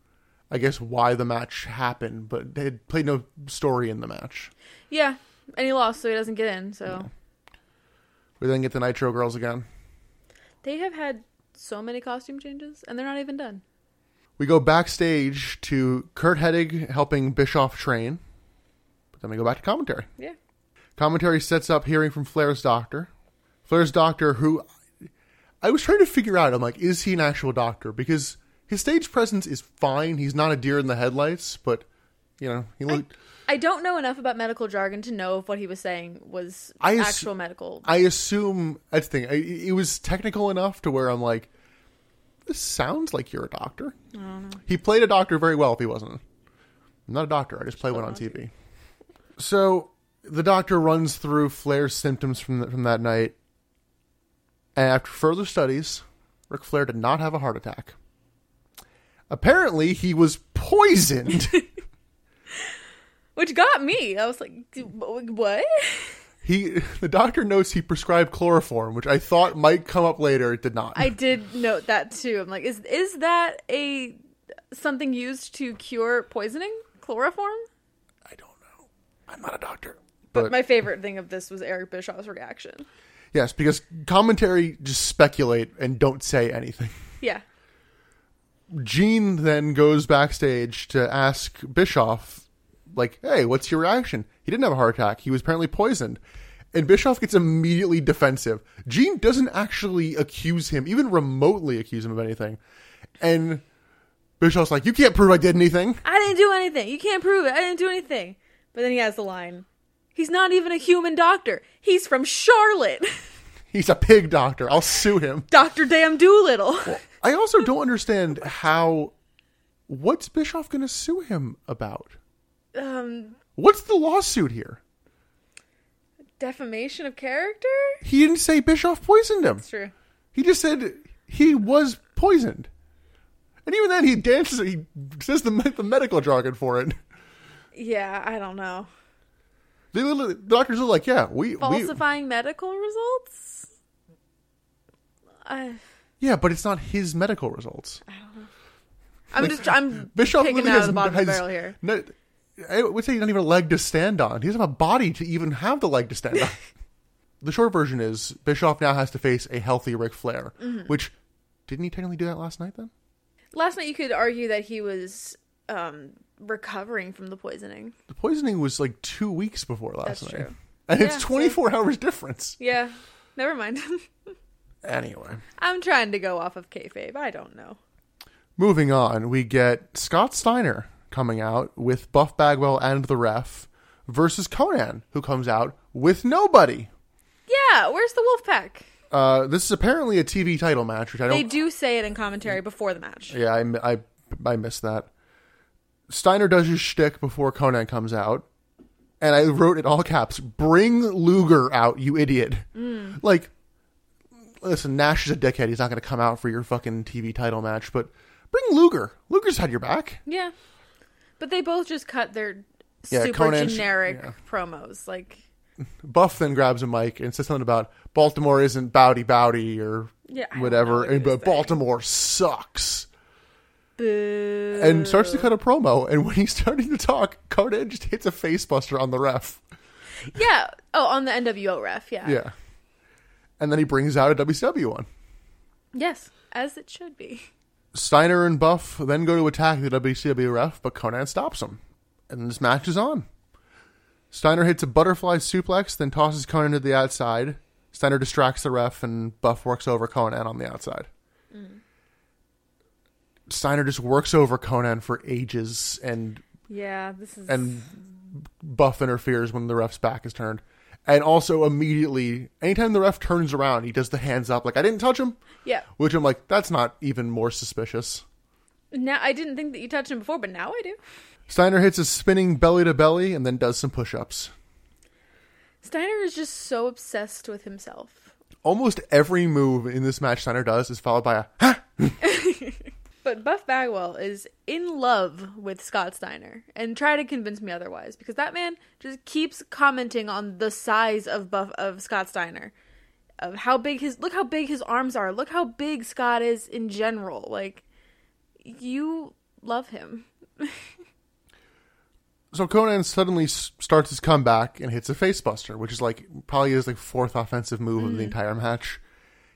Speaker 2: I guess, why the match happened. But they had played no story in the match.
Speaker 1: Yeah, and he lost, so he doesn't get in. So
Speaker 2: We then get the Nitro Girls again.
Speaker 1: they have had so many costume changes, and they're not even done.
Speaker 2: We go backstage to Kurt Hedig helping Bischoff train, but then we go back to commentary.
Speaker 1: Yeah.
Speaker 2: Commentary sets up hearing from Flair's doctor. Flair's doctor, who I was trying to figure out, I'm like, is he an actual doctor? Because his stage presence is fine. He's not a deer in the headlights, but you know, he looked.
Speaker 1: I don't know enough about medical jargon to know if what he was saying was
Speaker 2: I ass-
Speaker 1: actual medical.
Speaker 2: I, assume that's the thing. I, it was technical enough to where I'm like, this sounds like you're a doctor. He played a doctor very well. If he wasn't, I'm not a doctor. I just play one on TV. So the doctor runs through Flair's symptoms from the, from that night, and after further studies, Ric Flair did not have a heart attack. Apparently, he was poisoned.
Speaker 1: Which got me. I was like, "D- wh- what?
Speaker 2: he the doctor notes he prescribed chloroform, which I thought might come up later. It did not.
Speaker 1: I did note that too. I'm like, is is that a something used to cure poisoning? Chloroform?
Speaker 2: I don't know. I'm not a doctor.
Speaker 1: But my favorite thing of this was Eric Bischoff's reaction.
Speaker 2: yes, because commentary just speculate and don't say anything.
Speaker 1: Yeah.
Speaker 2: Gene then goes backstage to ask Bischoff, like, hey, what's your reaction? He didn't have a heart attack. He was apparently poisoned. And Bischoff gets immediately defensive. Gene doesn't actually accuse him, even remotely accuse him of anything. And Bischoff's like, You can't prove I did anything.
Speaker 1: I didn't do anything. You can't prove it. I didn't do anything. But then he has the line. He's not even a human doctor. He's from Charlotte.
Speaker 2: He's a pig doctor. I'll sue him.
Speaker 1: Dr. Damn Doolittle.
Speaker 2: I also don't understand how. What's Bischoff going to sue him about?
Speaker 1: um,
Speaker 2: What's the lawsuit here?
Speaker 1: defamation of character?
Speaker 2: He didn't say Bischoff poisoned him.
Speaker 1: It's true.
Speaker 2: He just said he was poisoned. And even then, he dances, he says the, me- the medical jargon for it.
Speaker 1: Yeah, I don't know.
Speaker 2: They literally, the doctors are like, yeah, we, we,
Speaker 1: Falsifying medical results? I,
Speaker 2: yeah, but it's not his medical results.
Speaker 1: I'm just, I'm
Speaker 2: Bischoff
Speaker 1: picking
Speaker 2: literally
Speaker 1: out
Speaker 2: has,
Speaker 1: of the bottom
Speaker 2: has
Speaker 1: of the barrel here.
Speaker 2: no- I would say not even a leg to stand on. He doesn't have a body to even have the leg to stand on. the short version is Bischoff now has to face a healthy Ric Flair,
Speaker 1: Mm-hmm.
Speaker 2: which didn't he technically do that last night then?
Speaker 1: Last night you could argue that he was um, recovering from the poisoning.
Speaker 2: The poisoning was like two weeks before
Speaker 1: That's
Speaker 2: last night.
Speaker 1: true.
Speaker 2: And
Speaker 1: Yeah,
Speaker 2: it's
Speaker 1: so-
Speaker 2: 24 hours difference.
Speaker 1: Yeah, never mind.
Speaker 2: Anyway,
Speaker 1: I'm trying to go off of kayfabe. I don't know.
Speaker 2: moving on, we get Scott Steiner coming out with Buff Bagwell and the ref versus Conan, who comes out with nobody.
Speaker 1: Yeah, where's the wolf pack?
Speaker 2: Uh, this is apparently a TV title match, which I
Speaker 1: They
Speaker 2: don't.
Speaker 1: do say it in commentary before the match.
Speaker 2: Yeah, I, mi- I, I missed that. Steiner does his shtick before Conan comes out. And I wrote in all caps, bring Luger out, you idiot.
Speaker 1: Mm.
Speaker 2: Like, listen, Nash is a dickhead. He's not going to come out for your fucking TV title match, but bring Luger. Luger's had your back.
Speaker 1: Yeah. But they both just cut their
Speaker 2: Yeah,
Speaker 1: super
Speaker 2: Conan sh-
Speaker 1: generic
Speaker 2: yeah.
Speaker 1: promos. Like,
Speaker 2: Buff then grabs a mic and says something about Baltimore isn't bowdy bowdy or
Speaker 1: Yeah, I don't know
Speaker 2: whatever,
Speaker 1: what
Speaker 2: and
Speaker 1: he was
Speaker 2: but Baltimore sucks.
Speaker 1: boo.
Speaker 2: And starts to cut a promo, and when he's starting to talk, Conan just hits a facebuster on the ref.
Speaker 1: Yeah. Oh, on the NWO ref. Yeah.
Speaker 2: Yeah. And then he brings out a WCW one.
Speaker 1: Yes, as it should be.
Speaker 2: Steiner and Buff then go to attack the WCW ref, but Conan stops him. And this match is on. Steiner hits a butterfly suplex, then tosses Conan to the outside. Steiner distracts the ref, and Buff works over Conan on the outside. Steiner just works over Conan for ages, and
Speaker 1: Yeah, this is.
Speaker 2: and Buff interferes when the ref's back is turned. And also immediately, anytime the ref turns around, he does the hands up like I didn't touch him,
Speaker 1: yeah.
Speaker 2: which I'm like that's not even more suspicious.
Speaker 1: Now, I didn't think that you touched him before, but now I do.
Speaker 2: Steiner hits a spinning belly to belly and then does some push-ups.
Speaker 1: Steiner is just so obsessed with himself.
Speaker 2: Almost every move in this match Steiner does is followed by a "Huh?"
Speaker 1: But Buff Bagwell is in love with Scott Steiner and try to convince me otherwise because that man just keeps commenting on the size of Buff of Scott Steiner. Of how big his look how big his arms are. Look how big Scott is in general. Like you love him.
Speaker 2: So Conan suddenly s- starts his comeback and hits a facebuster, which is like probably his like fourth offensive move of the entire match.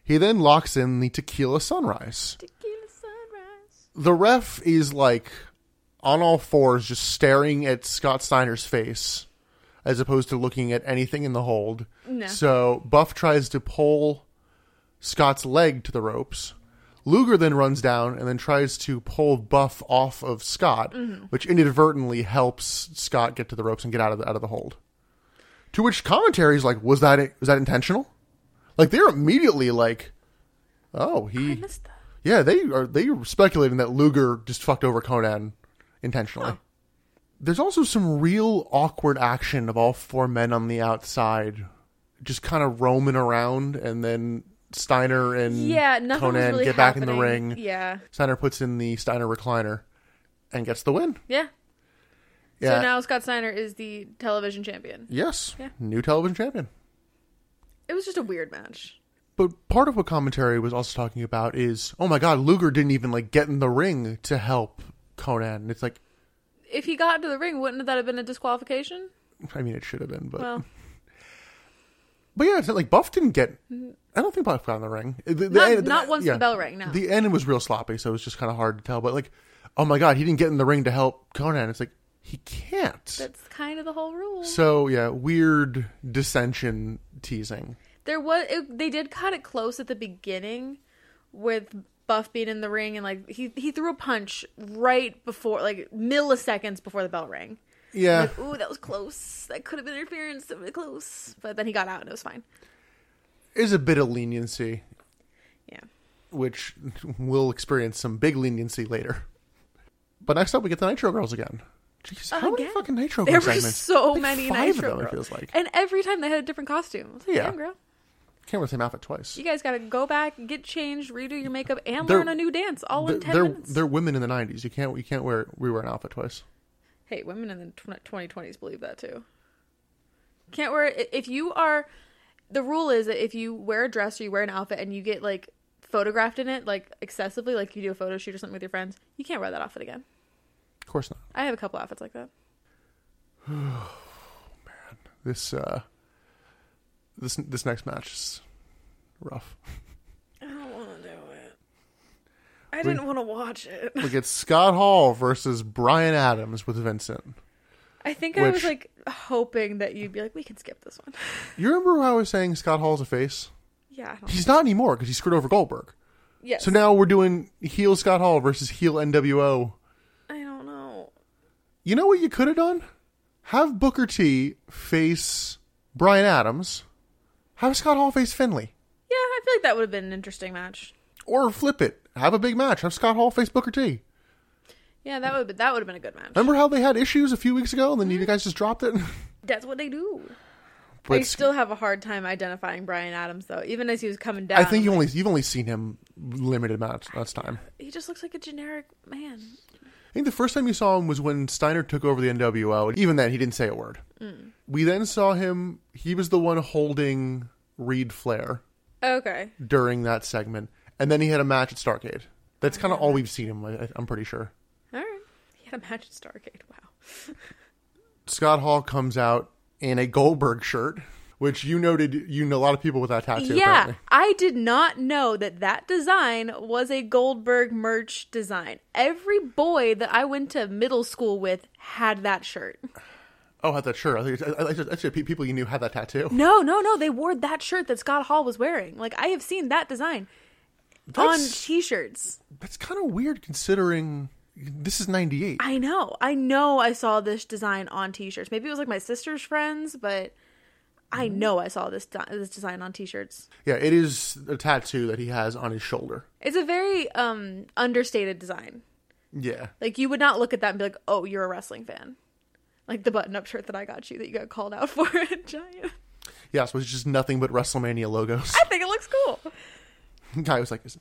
Speaker 2: He then locks in the Tequila Sunrise.
Speaker 1: Tequila sunrise.
Speaker 2: the ref is like on all fours, just staring at Scott Steiner's face, as opposed to looking at anything in the hold.
Speaker 1: No.
Speaker 2: So Buff tries to pull Scott's leg to the ropes. Luger then runs down and then tries to pull Buff off of Scott, which inadvertently helps Scott get to the ropes and get out of the, out of the hold. To which commentary is like, "Was that it? Was that intentional?" Like they're immediately like, "Oh, he
Speaker 1: I missed that.
Speaker 2: yeah, they are they are speculating that Luger just fucked over Conan intentionally. There's also some real awkward action of all four men on the outside, just kind of roaming around, and then Steiner and
Speaker 1: Yeah, nothing
Speaker 2: Conan
Speaker 1: was really
Speaker 2: get back in the
Speaker 1: happening.
Speaker 2: ring.
Speaker 1: Yeah.
Speaker 2: Steiner puts in the Steiner recliner and gets the win.
Speaker 1: Yeah.
Speaker 2: Yeah.
Speaker 1: So now Scott Steiner is the television champion.
Speaker 2: yes,
Speaker 1: Yeah.
Speaker 2: new television champion.
Speaker 1: It was just a weird match.
Speaker 2: But part of what commentary was also talking about is, oh my god, Luger didn't even like get in the ring to help Conan. It's like,
Speaker 1: If he got into the ring, wouldn't that have been a disqualification?
Speaker 2: I mean, it should have been, but
Speaker 1: Well,
Speaker 2: But yeah, it's like Buff didn't get. I don't think Buff got in the ring. The- the-
Speaker 1: Not-
Speaker 2: the-
Speaker 1: not once the bell rang, no.
Speaker 2: the end was real sloppy, so it was just kind of hard to tell. But like, oh my god, he didn't get in the ring to help Conan. It's like, He can't.
Speaker 1: That's kind of the whole rule.
Speaker 2: so yeah, weird dissension teasing.
Speaker 1: There was it, they did cut it close at the beginning with Buff being in the ring and like he he threw a punch right before like milliseconds before the bell rang.
Speaker 2: Yeah,
Speaker 1: Like, ooh, that was close. That could have been interference. That was close. But then he got out and it was fine.
Speaker 2: there's a bit of leniency,
Speaker 1: Yeah.
Speaker 2: which we'll experience some big leniency later. But next up, we get the Nitro Girls again. Jeez, how many
Speaker 1: Again.
Speaker 2: fucking Nitro
Speaker 1: There
Speaker 2: Girls
Speaker 1: were
Speaker 2: segments?
Speaker 1: so
Speaker 2: Like
Speaker 1: many
Speaker 2: five
Speaker 1: Nitro
Speaker 2: of them.
Speaker 1: Girls.
Speaker 2: It feels like
Speaker 1: And every time they had a different costume. I was like,
Speaker 2: Yeah.
Speaker 1: damn, girl.
Speaker 2: can't wear the same outfit twice.
Speaker 1: You guys got to go back, get changed, redo your makeup, and
Speaker 2: They're-
Speaker 1: learn a new dance all
Speaker 2: They're,
Speaker 1: in 10
Speaker 2: they're,
Speaker 1: minutes.
Speaker 2: they're women in the '90s. You can't you can't wear rewear an outfit twice.
Speaker 1: Hey, women in the tw- 2020s believe that too. Can't wear i- if you are. The rule is that if you wear a dress or you wear an outfit and you get like photographed in it like excessively, like you do a photo shoot or something with your friends, you can't wear that outfit again.
Speaker 2: Of course not.
Speaker 1: I have a couple outfits like that.
Speaker 2: This uh, this this next match is rough.
Speaker 1: I don't want to do it. I
Speaker 2: didn't
Speaker 1: want to watch it.
Speaker 2: We get Scott Hall versus Brian Adams with Vincent.
Speaker 1: I think I was
Speaker 2: Which-
Speaker 1: like hoping that you'd be like, we can skip this one.
Speaker 2: You remember how I was saying Scott Hall's a face?
Speaker 1: yeah. I don't-
Speaker 2: He's not anymore because he screwed over Goldberg.
Speaker 1: Yes.
Speaker 2: So now we're doing heel Scott Hall versus heel NWO.
Speaker 1: I don't know.
Speaker 2: You know what you could have done? Have Booker T face Brian Adams. Have Scott Hall face Finley.
Speaker 1: Yeah, I feel like that would have been an interesting match.
Speaker 2: Or flip it. Have a big match. Have Scott Hall face Booker T.
Speaker 1: Yeah, that would that would have been a good match.
Speaker 2: Remember how they had issues a few weeks ago and then
Speaker 1: Mm-hmm.
Speaker 2: you guys just dropped it?
Speaker 1: That's what they do.
Speaker 2: but
Speaker 1: I still have a hard time identifying Brian Adams though. Even as he was coming down,
Speaker 2: I think
Speaker 1: I'm
Speaker 2: you
Speaker 1: like,
Speaker 2: only you've only seen him limited amount that's time.
Speaker 1: he just looks like a generic man.
Speaker 2: I think the first time you saw him was when Steiner took over the NWO, and even then he didn't say a word.
Speaker 1: Mm.
Speaker 2: We then saw him; he was the one holding Reed Flair
Speaker 1: Okay,
Speaker 2: during that segment, and then he had a match at Starcade. That's kind of
Speaker 1: Mm-hmm.
Speaker 2: all we've seen him. I, I'm pretty sure.
Speaker 1: all right. He had a match at Stargate. Wow.
Speaker 2: Scott Hall comes out in a Goldberg shirt, which you noted. You know a lot of people with that tattoo.
Speaker 1: yeah,
Speaker 2: apparently.
Speaker 1: I did not know that that design was a Goldberg merch design. Every boy that I went to middle school with had that shirt.
Speaker 2: Oh, had that shirt. I think I, I, I, actually, pe- people you knew had that tattoo.
Speaker 1: No, no, no. They wore that shirt that Scott Hall was wearing. Like I have seen that design on
Speaker 2: That's,
Speaker 1: t-shirts.
Speaker 2: that's kind of weird considering this is '98.
Speaker 1: I know. I know I saw this design on t-shirts. Maybe it was like my sister's friends, but I know I saw this di- this design on t-shirts.
Speaker 2: Yeah, it is a tattoo that he has on his shoulder.
Speaker 1: It's a very um understated design.
Speaker 2: Yeah.
Speaker 1: Like you would not look at that and be like, "Oh, you're a wrestling fan." Like the button-up shirt that I got you that you got called out for at Giant.
Speaker 2: Yeah, so it's just nothing but WrestleMania logos.
Speaker 1: I think it looks cool.
Speaker 2: Guy was like, is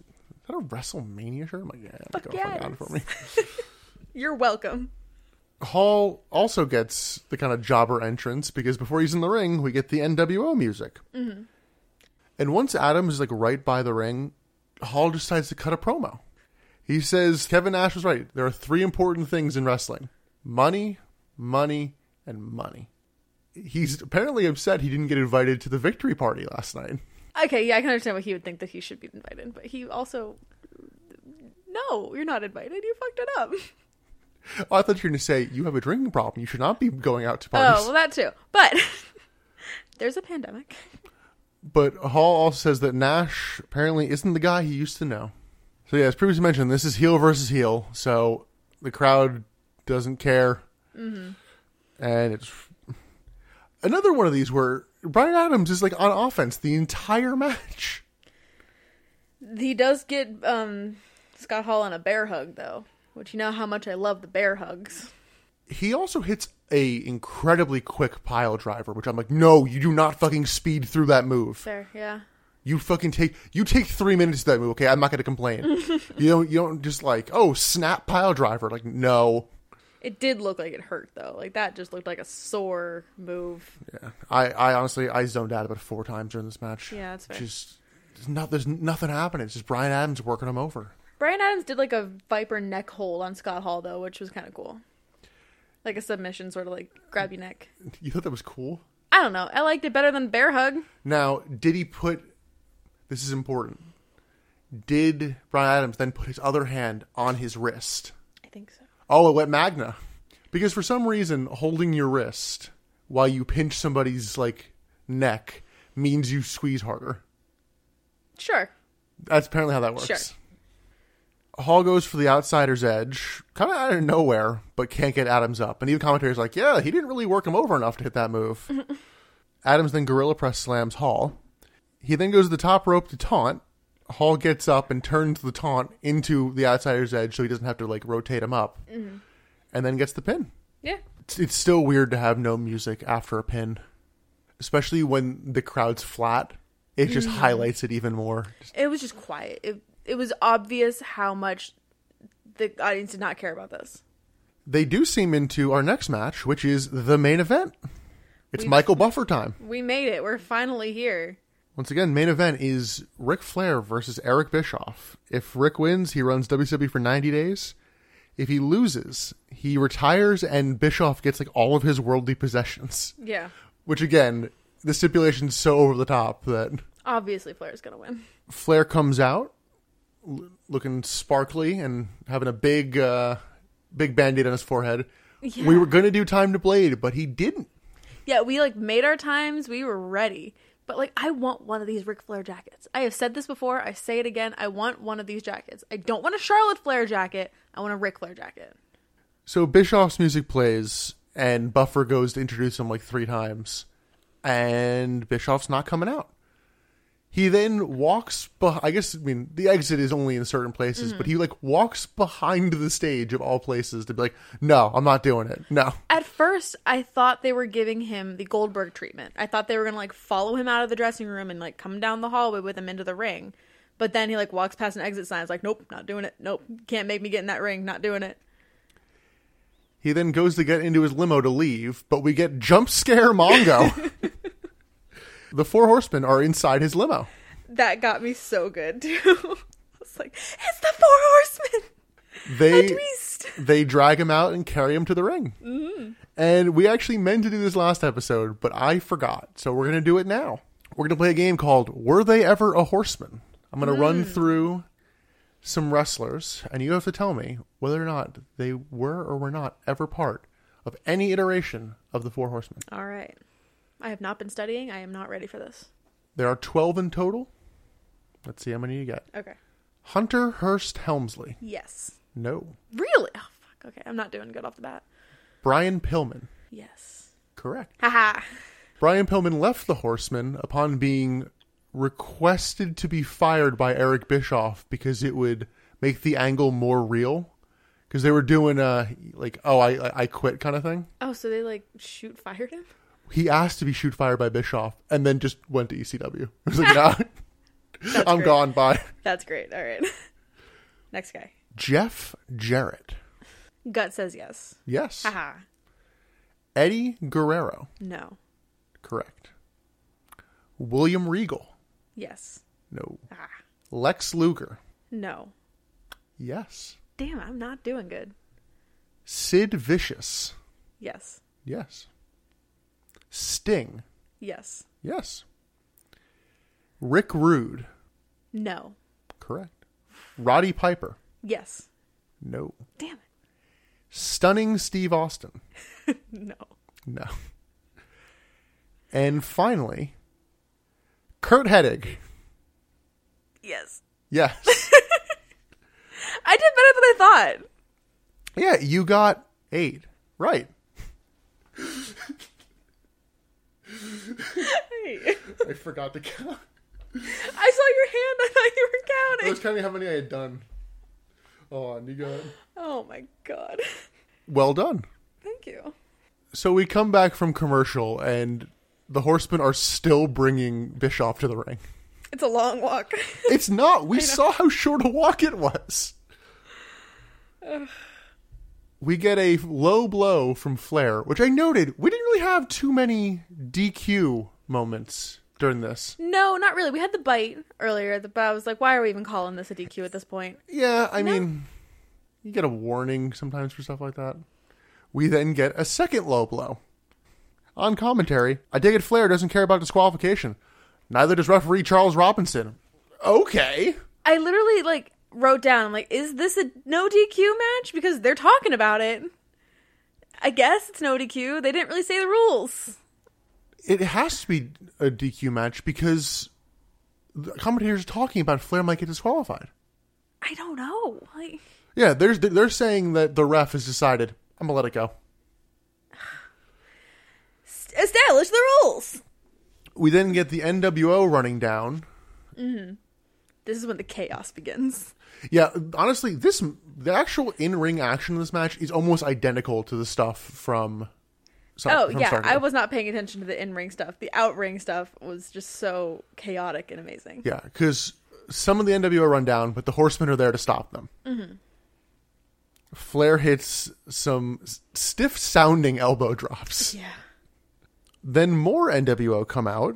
Speaker 2: that a WrestleMania shirt? I'm like, yeah,
Speaker 1: Fuck
Speaker 2: go fuck out
Speaker 1: yes.
Speaker 2: for me.
Speaker 1: You're welcome.
Speaker 2: Hall also gets the kind of jobber entrance because before he's in the ring, we get the NWO music. Mm-hmm. And once Adams is like right by the ring, Hall decides to cut a promo. He says, Kevin Nash was right. There are three important things in wrestling money, money, and money. He's apparently upset he didn't get invited to the victory party last night.
Speaker 1: Okay, yeah, I can understand why he would think that he should be invited, but he also No, you're not invited. You fucked it up.
Speaker 2: Oh, I thought you were going to say you have a drinking problem. You should not be going out to
Speaker 1: Oh,
Speaker 2: parties.
Speaker 1: well, that too. But there's a pandemic.
Speaker 2: but Hall also says that Nash apparently isn't the guy he used to know. So yeah, as previously mentioned, this is heel versus heel, so the crowd doesn't care, mm-hmm. and it's another one of these where Brian Adams is like on offense the entire match.
Speaker 1: He does get um, Scott Hall on a bear hug, though, which you know how much I love the bear hugs.
Speaker 2: He also hits a incredibly quick pile driver, which I'm like, no, you do not fucking speed through that move.
Speaker 1: There, yeah.
Speaker 2: You fucking take you take three minutes to that move. Okay, I'm not gonna complain. you don't you don't just like oh snap pile driver like no.
Speaker 1: It did look like it hurt, though. Like, that just looked like a sore move.
Speaker 2: Yeah, I I honestly I zoned out about four times during this match.
Speaker 1: Yeah, that's fair.
Speaker 2: Just there's not there's nothing happening. It's just Brian Adams working him over.
Speaker 1: Brian Adams did, like, a viper neck hold on Scott Hall, though, which was kind of cool. Like a submission, sort of like grab your neck.
Speaker 2: You thought that was cool.
Speaker 1: I don't know. I liked it better than bear hug.
Speaker 2: Now, did he put? This is important. Did Brian Adams then put his other hand on his wrist?
Speaker 1: I think so.
Speaker 2: Oh, it went Magna. Because for some reason, holding your wrist while you pinch somebody's like neck means you squeeze harder.
Speaker 1: Sure.
Speaker 2: That's apparently how that works.
Speaker 1: Sure.
Speaker 2: Hall goes for the outsider's edge, kind of out of nowhere, but can't get Adams up. And even commentators like, yeah, he didn't really work him over enough to hit that move. Adams then gorilla press slams Hall. He then goes to the top rope to taunt. Hall gets up and turns the taunt into the outsider's edge, so he doesn't have to like rotate him up, and then gets the pin
Speaker 1: Yeah.
Speaker 2: it's, it's still weird to have no music after a pin, especially when the crowd's flat. It just highlights it even more.
Speaker 1: It was just quiet. It it was obvious how much the audience did not care about this.
Speaker 2: They do seem into our next match, which is the main event. It's Michael Buffer time.
Speaker 1: We made it. We're finally here.
Speaker 2: Once again, main event is Ric Flair versus Eric Bischoff. If Rick wins, he runs WWE for 90 days. If he loses, he retires and Bischoff gets like all of his worldly possessions.
Speaker 1: Yeah.
Speaker 2: Which again, the stipulation's so over the top that
Speaker 1: Obviously Flair's going to win.
Speaker 2: Flair comes out l- looking sparkly and having a big uh, big band-aid on his forehead. We were going to do time to blade, but he didn't.
Speaker 1: Yeah, we like made our times. We were ready. But like I want one of these Ric Flair jackets. I have said this before. I say it again. I want one of these jackets. I don't want a Charlotte Flair jacket. I want a Ric Flair jacket.
Speaker 2: So Bischoff's music plays and Buffer goes to introduce him like 3 times and Bischoff's not coming out. He then walks beh- I guess I mean the exit is only in certain places, but he like walks behind the stage of all places to be like, "No, I'm not doing it." No.
Speaker 1: At first, I thought they were giving him the Goldberg treatment. I thought they were going to like follow him out of the dressing room and like come down the hallway with him into the ring. But then he like walks past an exit sign. It's like, nope, not doing it. Nope, can't make me get in that ring. Not doing it.
Speaker 2: He then goes to get into his limo to leave, but we get jump scare Mongo. the four horsemen are inside his limo.
Speaker 1: That got me so good too. it's like it's the four horsemen.
Speaker 2: They
Speaker 1: At least.
Speaker 2: they drag him out and carry him to the ring. Mm-hmm. And we actually meant to do this last episode, but I forgot. So we're gonna do it now. We're gonna play a game called "Were They Ever a Horseman?" I'm gonna run through some wrestlers, and you have to tell me whether or not they were or were not ever part of any iteration of the Four Horsemen.
Speaker 1: All right, I have not been studying. I am not ready for this.
Speaker 2: There are 12 in total. Let's see how many you get.
Speaker 1: Okay.
Speaker 2: Hunter Hurst Helmsley.
Speaker 1: Yes.
Speaker 2: No.
Speaker 1: Really? Oh fuck. Okay, I'm not doing good off the bat.
Speaker 2: Brian Pillman.
Speaker 1: Yes.
Speaker 2: Correct.
Speaker 1: Haha.
Speaker 2: Brian Pillman left the Horsemen upon being requested to be fired by Eric Bischoff because it would make the angle more real. Because they were doing a like, oh, I I- I quit kind of thing.
Speaker 1: Oh, so they like shoot fired him?
Speaker 2: He asked to be shoot fired by Bischoff, and then just went to ECW. It was like, no, I'm
Speaker 1: great.
Speaker 2: gone. Bye.
Speaker 1: That's great. All right. Next guy.
Speaker 2: Jeff Jarrett.
Speaker 1: Gut says yes.
Speaker 2: Yes.
Speaker 1: Haha.
Speaker 2: Eddie Guerrero.
Speaker 1: No.
Speaker 2: Correct. William Regal.
Speaker 1: Yes.
Speaker 2: No.
Speaker 1: Ah.
Speaker 2: Lex Luger.
Speaker 1: No.
Speaker 2: Yes.
Speaker 1: Damn, I'm not doing good.
Speaker 2: Sid Vicious.
Speaker 1: Yes.
Speaker 2: Yes. Sting.
Speaker 1: Yes.
Speaker 2: Yes. Rick Rude.
Speaker 1: No.
Speaker 2: Correct. Roddy Piper.
Speaker 1: Yes.
Speaker 2: No.
Speaker 1: Damn it.
Speaker 2: Stunning Steve Austin.
Speaker 1: No.
Speaker 2: No. And finally, Kurt Hedig.
Speaker 1: Yes.
Speaker 2: Yes.
Speaker 1: I did better than I thought.
Speaker 2: yeah, you got eight. Right.
Speaker 1: Hey.
Speaker 2: I forgot to count.
Speaker 1: I saw your hand. I thought you were
Speaker 2: I was
Speaker 1: counting.
Speaker 2: counting how many I had done. Oh, and you got
Speaker 1: Oh my god.
Speaker 2: Well done.
Speaker 1: Thank you.
Speaker 2: So we come back from commercial, and the horsemen are still bringing Bischoff to the ring.
Speaker 1: It's a long walk.
Speaker 2: It's not. We saw how short a walk it was. we get a low blow from Flair, which I noted we didn't really have too many DQ moments during this.
Speaker 1: no, not really. We had the bite earlier, the- but I was like, why are we even calling this a DQ at this point?
Speaker 2: Yeah, I mean, you get a warning sometimes for stuff like that. We then get a second low blow. On commentary, I dig it Flair doesn't care about disqualification. Neither does referee Charles Robinson. Okay.
Speaker 1: I literally like wrote down, I'm like, is this a no DQ match? Because they're talking about it. I guess it's no DQ. They didn't really say the rules.
Speaker 2: It has to be a DQ match because the commentators are talking about Flair might get disqualified.
Speaker 1: I don't know. Like,
Speaker 2: Yeah, there's they're saying that the ref has decided I'm gonna let it go.
Speaker 1: s- establish the rules.
Speaker 2: We then get the NWO running down.
Speaker 1: This is when the chaos begins.
Speaker 2: Yeah, honestly, this the actual in ring action in this match is almost identical to the stuff from. Star-
Speaker 1: Oh
Speaker 2: from
Speaker 1: yeah,
Speaker 2: Stargate.
Speaker 1: I was not paying attention to the in-ring stuff. The out-ring stuff was just so chaotic and amazing.
Speaker 2: Yeah, because some of the NWO run down, but the Horsemen are there to stop them.
Speaker 1: Mm-hmm.
Speaker 2: Flair hits some s- stiff sounding elbow drops.
Speaker 1: Yeah.
Speaker 2: Then more NWO come out,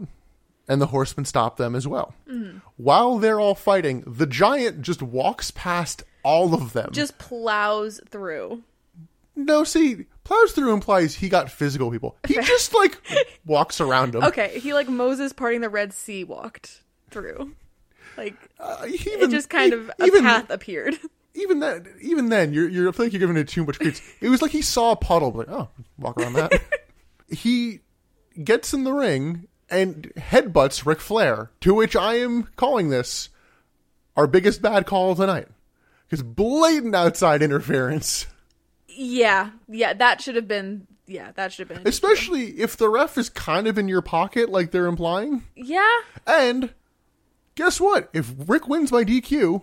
Speaker 2: and the Horsemen stop them as well.
Speaker 1: Mm.
Speaker 2: While they're all fighting, the Giant just walks past all of them.
Speaker 1: Just plows through.
Speaker 2: no, see, plows through implies he got physical people. He just like walks around them.
Speaker 1: Okay, he like Moses parting the Red Sea walked through. Like
Speaker 2: Uh, he
Speaker 1: it
Speaker 2: even-
Speaker 1: just kind
Speaker 2: he-
Speaker 1: of a path appeared.
Speaker 2: even that, even then, you're, you're, I feel like you're giving it too much credence. It was like he saw a puddle, but like, oh, walk around that. he gets in the ring and headbutts Ric Flair, to which I am calling this our biggest bad call tonight. Because blatant outside interference,
Speaker 1: Yeah, yeah, that should have been. Yeah, that should have been.
Speaker 2: especially if the ref is kind of in your pocket, like they're implying.
Speaker 1: yeah,
Speaker 2: And guess what? If Rick wins by DQ,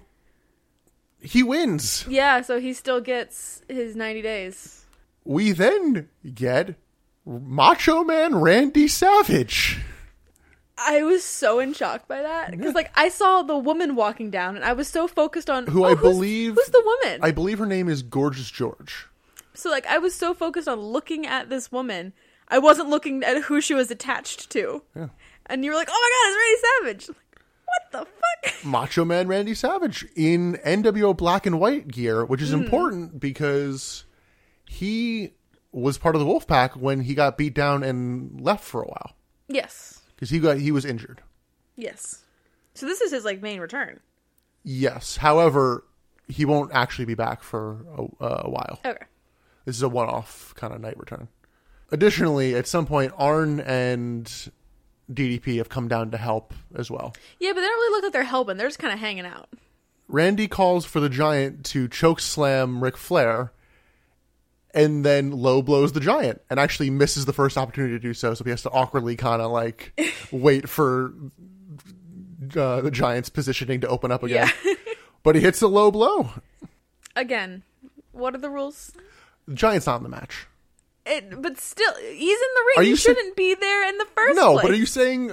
Speaker 2: he wins.
Speaker 1: yeah. So he still gets his ninety days.
Speaker 2: we then get Macho Man Randy Savage.
Speaker 1: I was so in shock by that because, like, I saw the woman walking down, and I was so focused on
Speaker 2: Who
Speaker 1: oh,
Speaker 2: I
Speaker 1: who's-
Speaker 2: believe-
Speaker 1: who's the woman.
Speaker 2: I believe her name is Gorgeous George.
Speaker 1: so, like, I was so focused on looking at this woman, I wasn't looking at who she was attached to.
Speaker 2: Yeah.
Speaker 1: And you were like, "Oh my god, it's Randy Savage!" What the fuck?
Speaker 2: Macho Man Randy Savage in NWO black and white gear, which is important because he was part of the Wolfpack when he got beat down and left for a while
Speaker 1: Yes,
Speaker 2: because he got he was injured.
Speaker 1: yes. So this is his like main return.
Speaker 2: Yes, however, he won't actually be back for a, a while.
Speaker 1: Okay.
Speaker 2: This is a one off kind of night return. Additionally, at some point, Arn and DDP have come down to help as well.
Speaker 1: Yeah, but they don't really look like they're helping. They're just kind of hanging out.
Speaker 2: Randy calls for the giant to choke slam Ric Flair and then low blows the giant and actually misses the first opportunity to do so. So he has to awkwardly kind of like wait for uh, the giant's positioning to open up again. but he hits a low blow.
Speaker 1: Again, what are the rules?
Speaker 2: The giant's not in the match.
Speaker 1: It, but still, he's in the ring.
Speaker 2: Are
Speaker 1: he
Speaker 2: you sa-
Speaker 1: shouldn't be there in the first
Speaker 2: No,
Speaker 1: place.
Speaker 2: but are you saying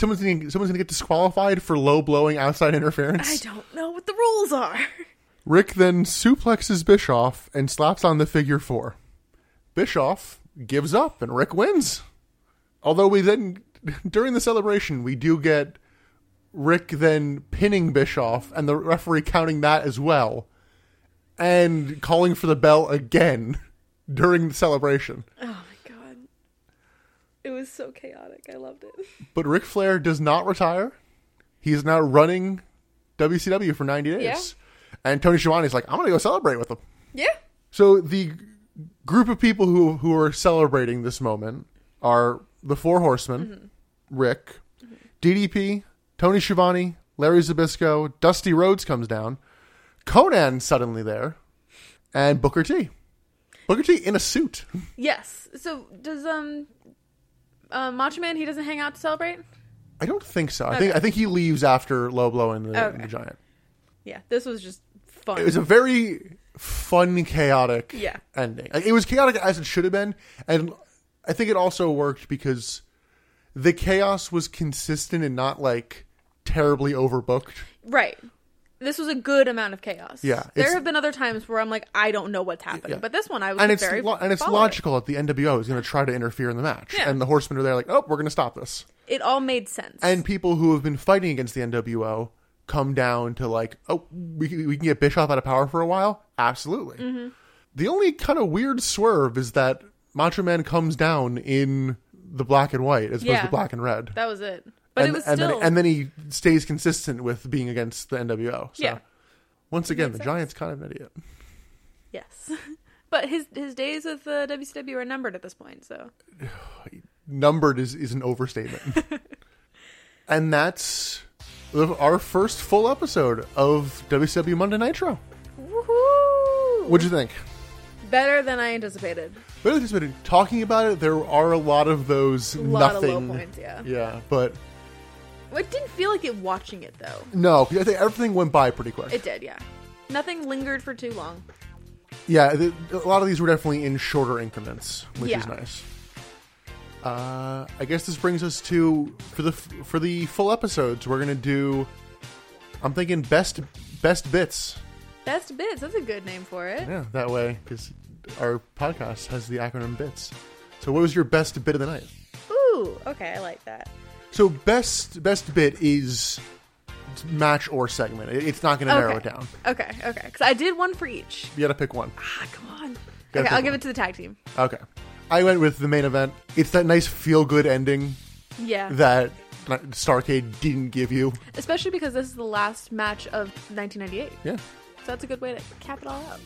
Speaker 2: someone's gonna, someone's gonna get disqualified for low blowing outside interference?
Speaker 1: I don't know what the rules are.
Speaker 2: Rick then suplexes Bischoff and slaps on the figure four. Bischoff gives up and Rick wins. Although we then during the celebration we do get Rick then pinning Bischoff and the referee counting that as well and calling for the bell again during the celebration.
Speaker 1: Oh my god, it was so chaotic. I loved it.
Speaker 2: But Ric Flair does not retire. He is now running WCW for 90 days. And Tony Schiavone's like, I'm going to go celebrate with him.
Speaker 1: Yeah,
Speaker 2: So the group of people who who are celebrating this moment are the Four Horsemen, Rick, DDP, Tony Schiavone, Larry Zabisco, Dusty Rhodes comes down, Conan suddenly there, and Booker T. Booker T in a suit.
Speaker 1: yes. So does um, uh, Macho Man? He doesn't hang out to celebrate.
Speaker 2: I don't think so. I think I think he leaves after low blow and the,
Speaker 1: Okay.
Speaker 2: the giant.
Speaker 1: Yeah, this was just fun.
Speaker 2: It was a very fun, chaotic
Speaker 1: Yeah.
Speaker 2: ending. Like, it was chaotic as it should have been, and I think it also worked because the chaos was consistent and not like terribly overbooked.
Speaker 1: right. This was a good amount of chaos.
Speaker 2: Yeah,
Speaker 1: there
Speaker 2: it's-
Speaker 1: have been other times where I'm like, I don't know what's happening,
Speaker 2: Yeah.
Speaker 1: but this one I was
Speaker 2: And it's
Speaker 1: very
Speaker 2: lo- and it's
Speaker 1: following.
Speaker 2: logical that the NWO is going to try to interfere in the match,
Speaker 1: Yeah.
Speaker 2: and the Horsemen are there like, oh, we're going to stop this.
Speaker 1: It all made sense.
Speaker 2: And people who have been fighting against the NWO come down to like, oh, we we can get Bischoff out of power for a while. Absolutely.
Speaker 1: Mm-hmm.
Speaker 2: The only kind of weird swerve is that Macho Man comes down in the black and white as opposed
Speaker 1: Yeah.
Speaker 2: to black and red.
Speaker 1: that was it. But
Speaker 2: and,
Speaker 1: it was
Speaker 2: and
Speaker 1: still
Speaker 2: then, and then he stays consistent with being against the NWO. So
Speaker 1: Yeah.
Speaker 2: once again, the
Speaker 1: sense.
Speaker 2: Giant's kind of an idiot.
Speaker 1: yes. but his his days with uh, the WCW are numbered at this point. So
Speaker 2: numbered is, is an overstatement. and that's the- our first full episode of WCW Monday Nitro.
Speaker 1: woohoo!
Speaker 2: What'd you think?
Speaker 1: Better than I anticipated.
Speaker 2: But it's been talking about it. There are a lot of those
Speaker 1: A lot of
Speaker 2: nothing.
Speaker 1: low points, yeah.
Speaker 2: Yeah, but
Speaker 1: It didn't feel like it watching it though.
Speaker 2: no, 'cause I think everything went by pretty quick.
Speaker 1: It did, yeah. Nothing lingered for too long.
Speaker 2: yeah, th a lot of these were definitely in shorter increments, which
Speaker 1: Yeah.
Speaker 2: is nice. Uh, I guess this brings us to for the f- for the full episodes. We're gonna do. I'm thinking best best bits.
Speaker 1: Best bits. That's a good name for it.
Speaker 2: Yeah, that way because our podcast has the acronym bits. So, what was your best bit of the night?
Speaker 1: Ooh, okay, I like that.
Speaker 2: So best best bit is match or segment. It- It's not going to
Speaker 1: Okay.
Speaker 2: narrow it down.
Speaker 1: Okay, okay. Because I did one for each.
Speaker 2: You got to pick one.
Speaker 1: Ah, come on.
Speaker 2: Gotta
Speaker 1: okay,
Speaker 2: pick
Speaker 1: I'll give
Speaker 2: one.
Speaker 1: it to the tag team.
Speaker 2: Okay. I went with the main event. It's that nice feel good ending
Speaker 1: Yeah.
Speaker 2: that Starcade didn't give you.
Speaker 1: Especially because this is the last match of 1998.
Speaker 2: Yeah.
Speaker 1: So that's a good way to cap it all out.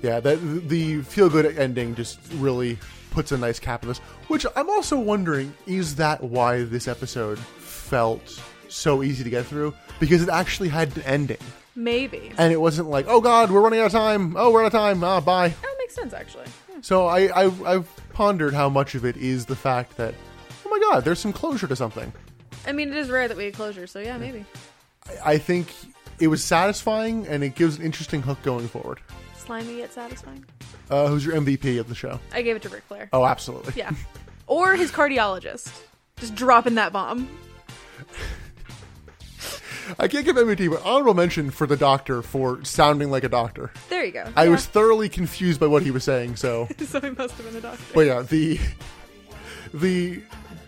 Speaker 2: Yeah, that the feel good ending just really puts a nice cap on this. Which I'm also wondering is that why this episode felt so easy to get through because it actually had an ending
Speaker 1: Maybe.
Speaker 2: and it wasn't like oh god we're running out of time oh we're out of time ah bye
Speaker 1: That makes sense, actually. Yeah.
Speaker 2: So I, I I've pondered how much of it is the fact that oh my god, there's some closure to something.
Speaker 1: I mean, it is rare that we get closure, so yeah, maybe.
Speaker 2: I, I think it was satisfying and it gives an interesting hook going forward.
Speaker 1: Slimy yet satisfying.
Speaker 2: Uh, who's your MVP of the show?
Speaker 1: I gave it to Ric Flair.
Speaker 2: Oh, absolutely.
Speaker 1: Yeah. Or his cardiologist. Just dropping that bomb.
Speaker 2: I can't give MVP, but honorable mention for the doctor for sounding like a doctor.
Speaker 1: There you go.
Speaker 2: I
Speaker 1: Yeah.
Speaker 2: was thoroughly confused by what he was saying. So,
Speaker 1: so he must have been a doctor.
Speaker 2: but yeah, the the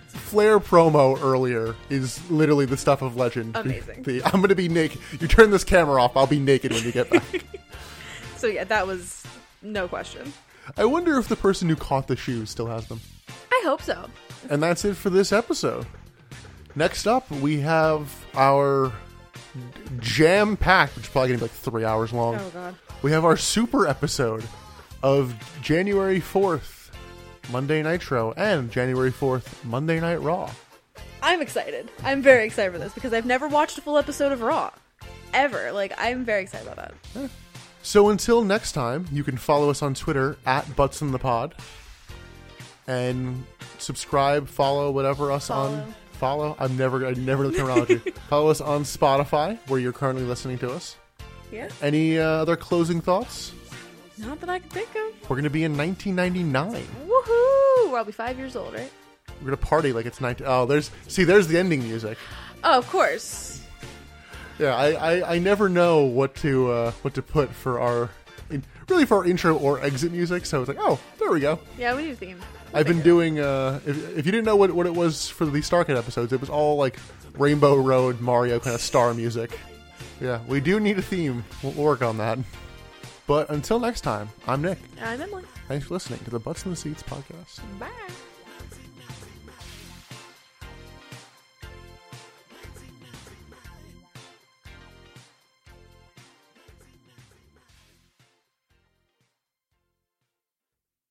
Speaker 2: Flair promo earlier is literally the stuff of legend.
Speaker 1: Amazing.
Speaker 2: The, I'm gonna be naked. You turn this camera off. I'll be naked when you get back.
Speaker 1: So yeah, that was no question.
Speaker 2: I wonder if the person who caught the shoes still has them.
Speaker 1: I hope so.
Speaker 2: And that's it for this episode. Next up, we have our jam packed, which is probably going to be like three hours long.
Speaker 1: Oh, God.
Speaker 2: We have our super episode of January 4th, Monday Nitro, and January 4th, Monday Night Raw.
Speaker 1: I'm excited. I'm very excited for this because I've never watched a full episode of Raw. Ever. Like, I'm very excited about that.
Speaker 2: So until next time, you can follow us on Twitter at Butts in the Pod, and subscribe, follow whatever us on follow. I'm never I never look around you. Follow us on Spotify where you're currently listening to us.
Speaker 1: Yeah.
Speaker 2: Any uh, other closing thoughts?
Speaker 1: Not that I can think of.
Speaker 2: We're gonna be in 1999.
Speaker 1: Woohoo! Well, I'll be five years old, right?
Speaker 2: We're gonna party like it's 19. oh, there's see, there's the ending music.
Speaker 1: Oh, of course.
Speaker 2: Yeah, I, I, I never know what to uh, what to put for our in, really for our intro or exit music. So it's like, oh, there we go.
Speaker 1: Yeah, we need a theme. We'll
Speaker 2: I've been
Speaker 1: figure it
Speaker 2: doing. Uh, if, if you didn't know what, what it was for the Starkid episodes, it was all like Rainbow Road, Mario kind of star music. Yeah, we do need a theme. We'll we'll work on that. But until next time, I'm Nick.
Speaker 1: out. I'm Emily.
Speaker 2: Thanks for listening to the Butts in the Seats podcast.
Speaker 1: Bye.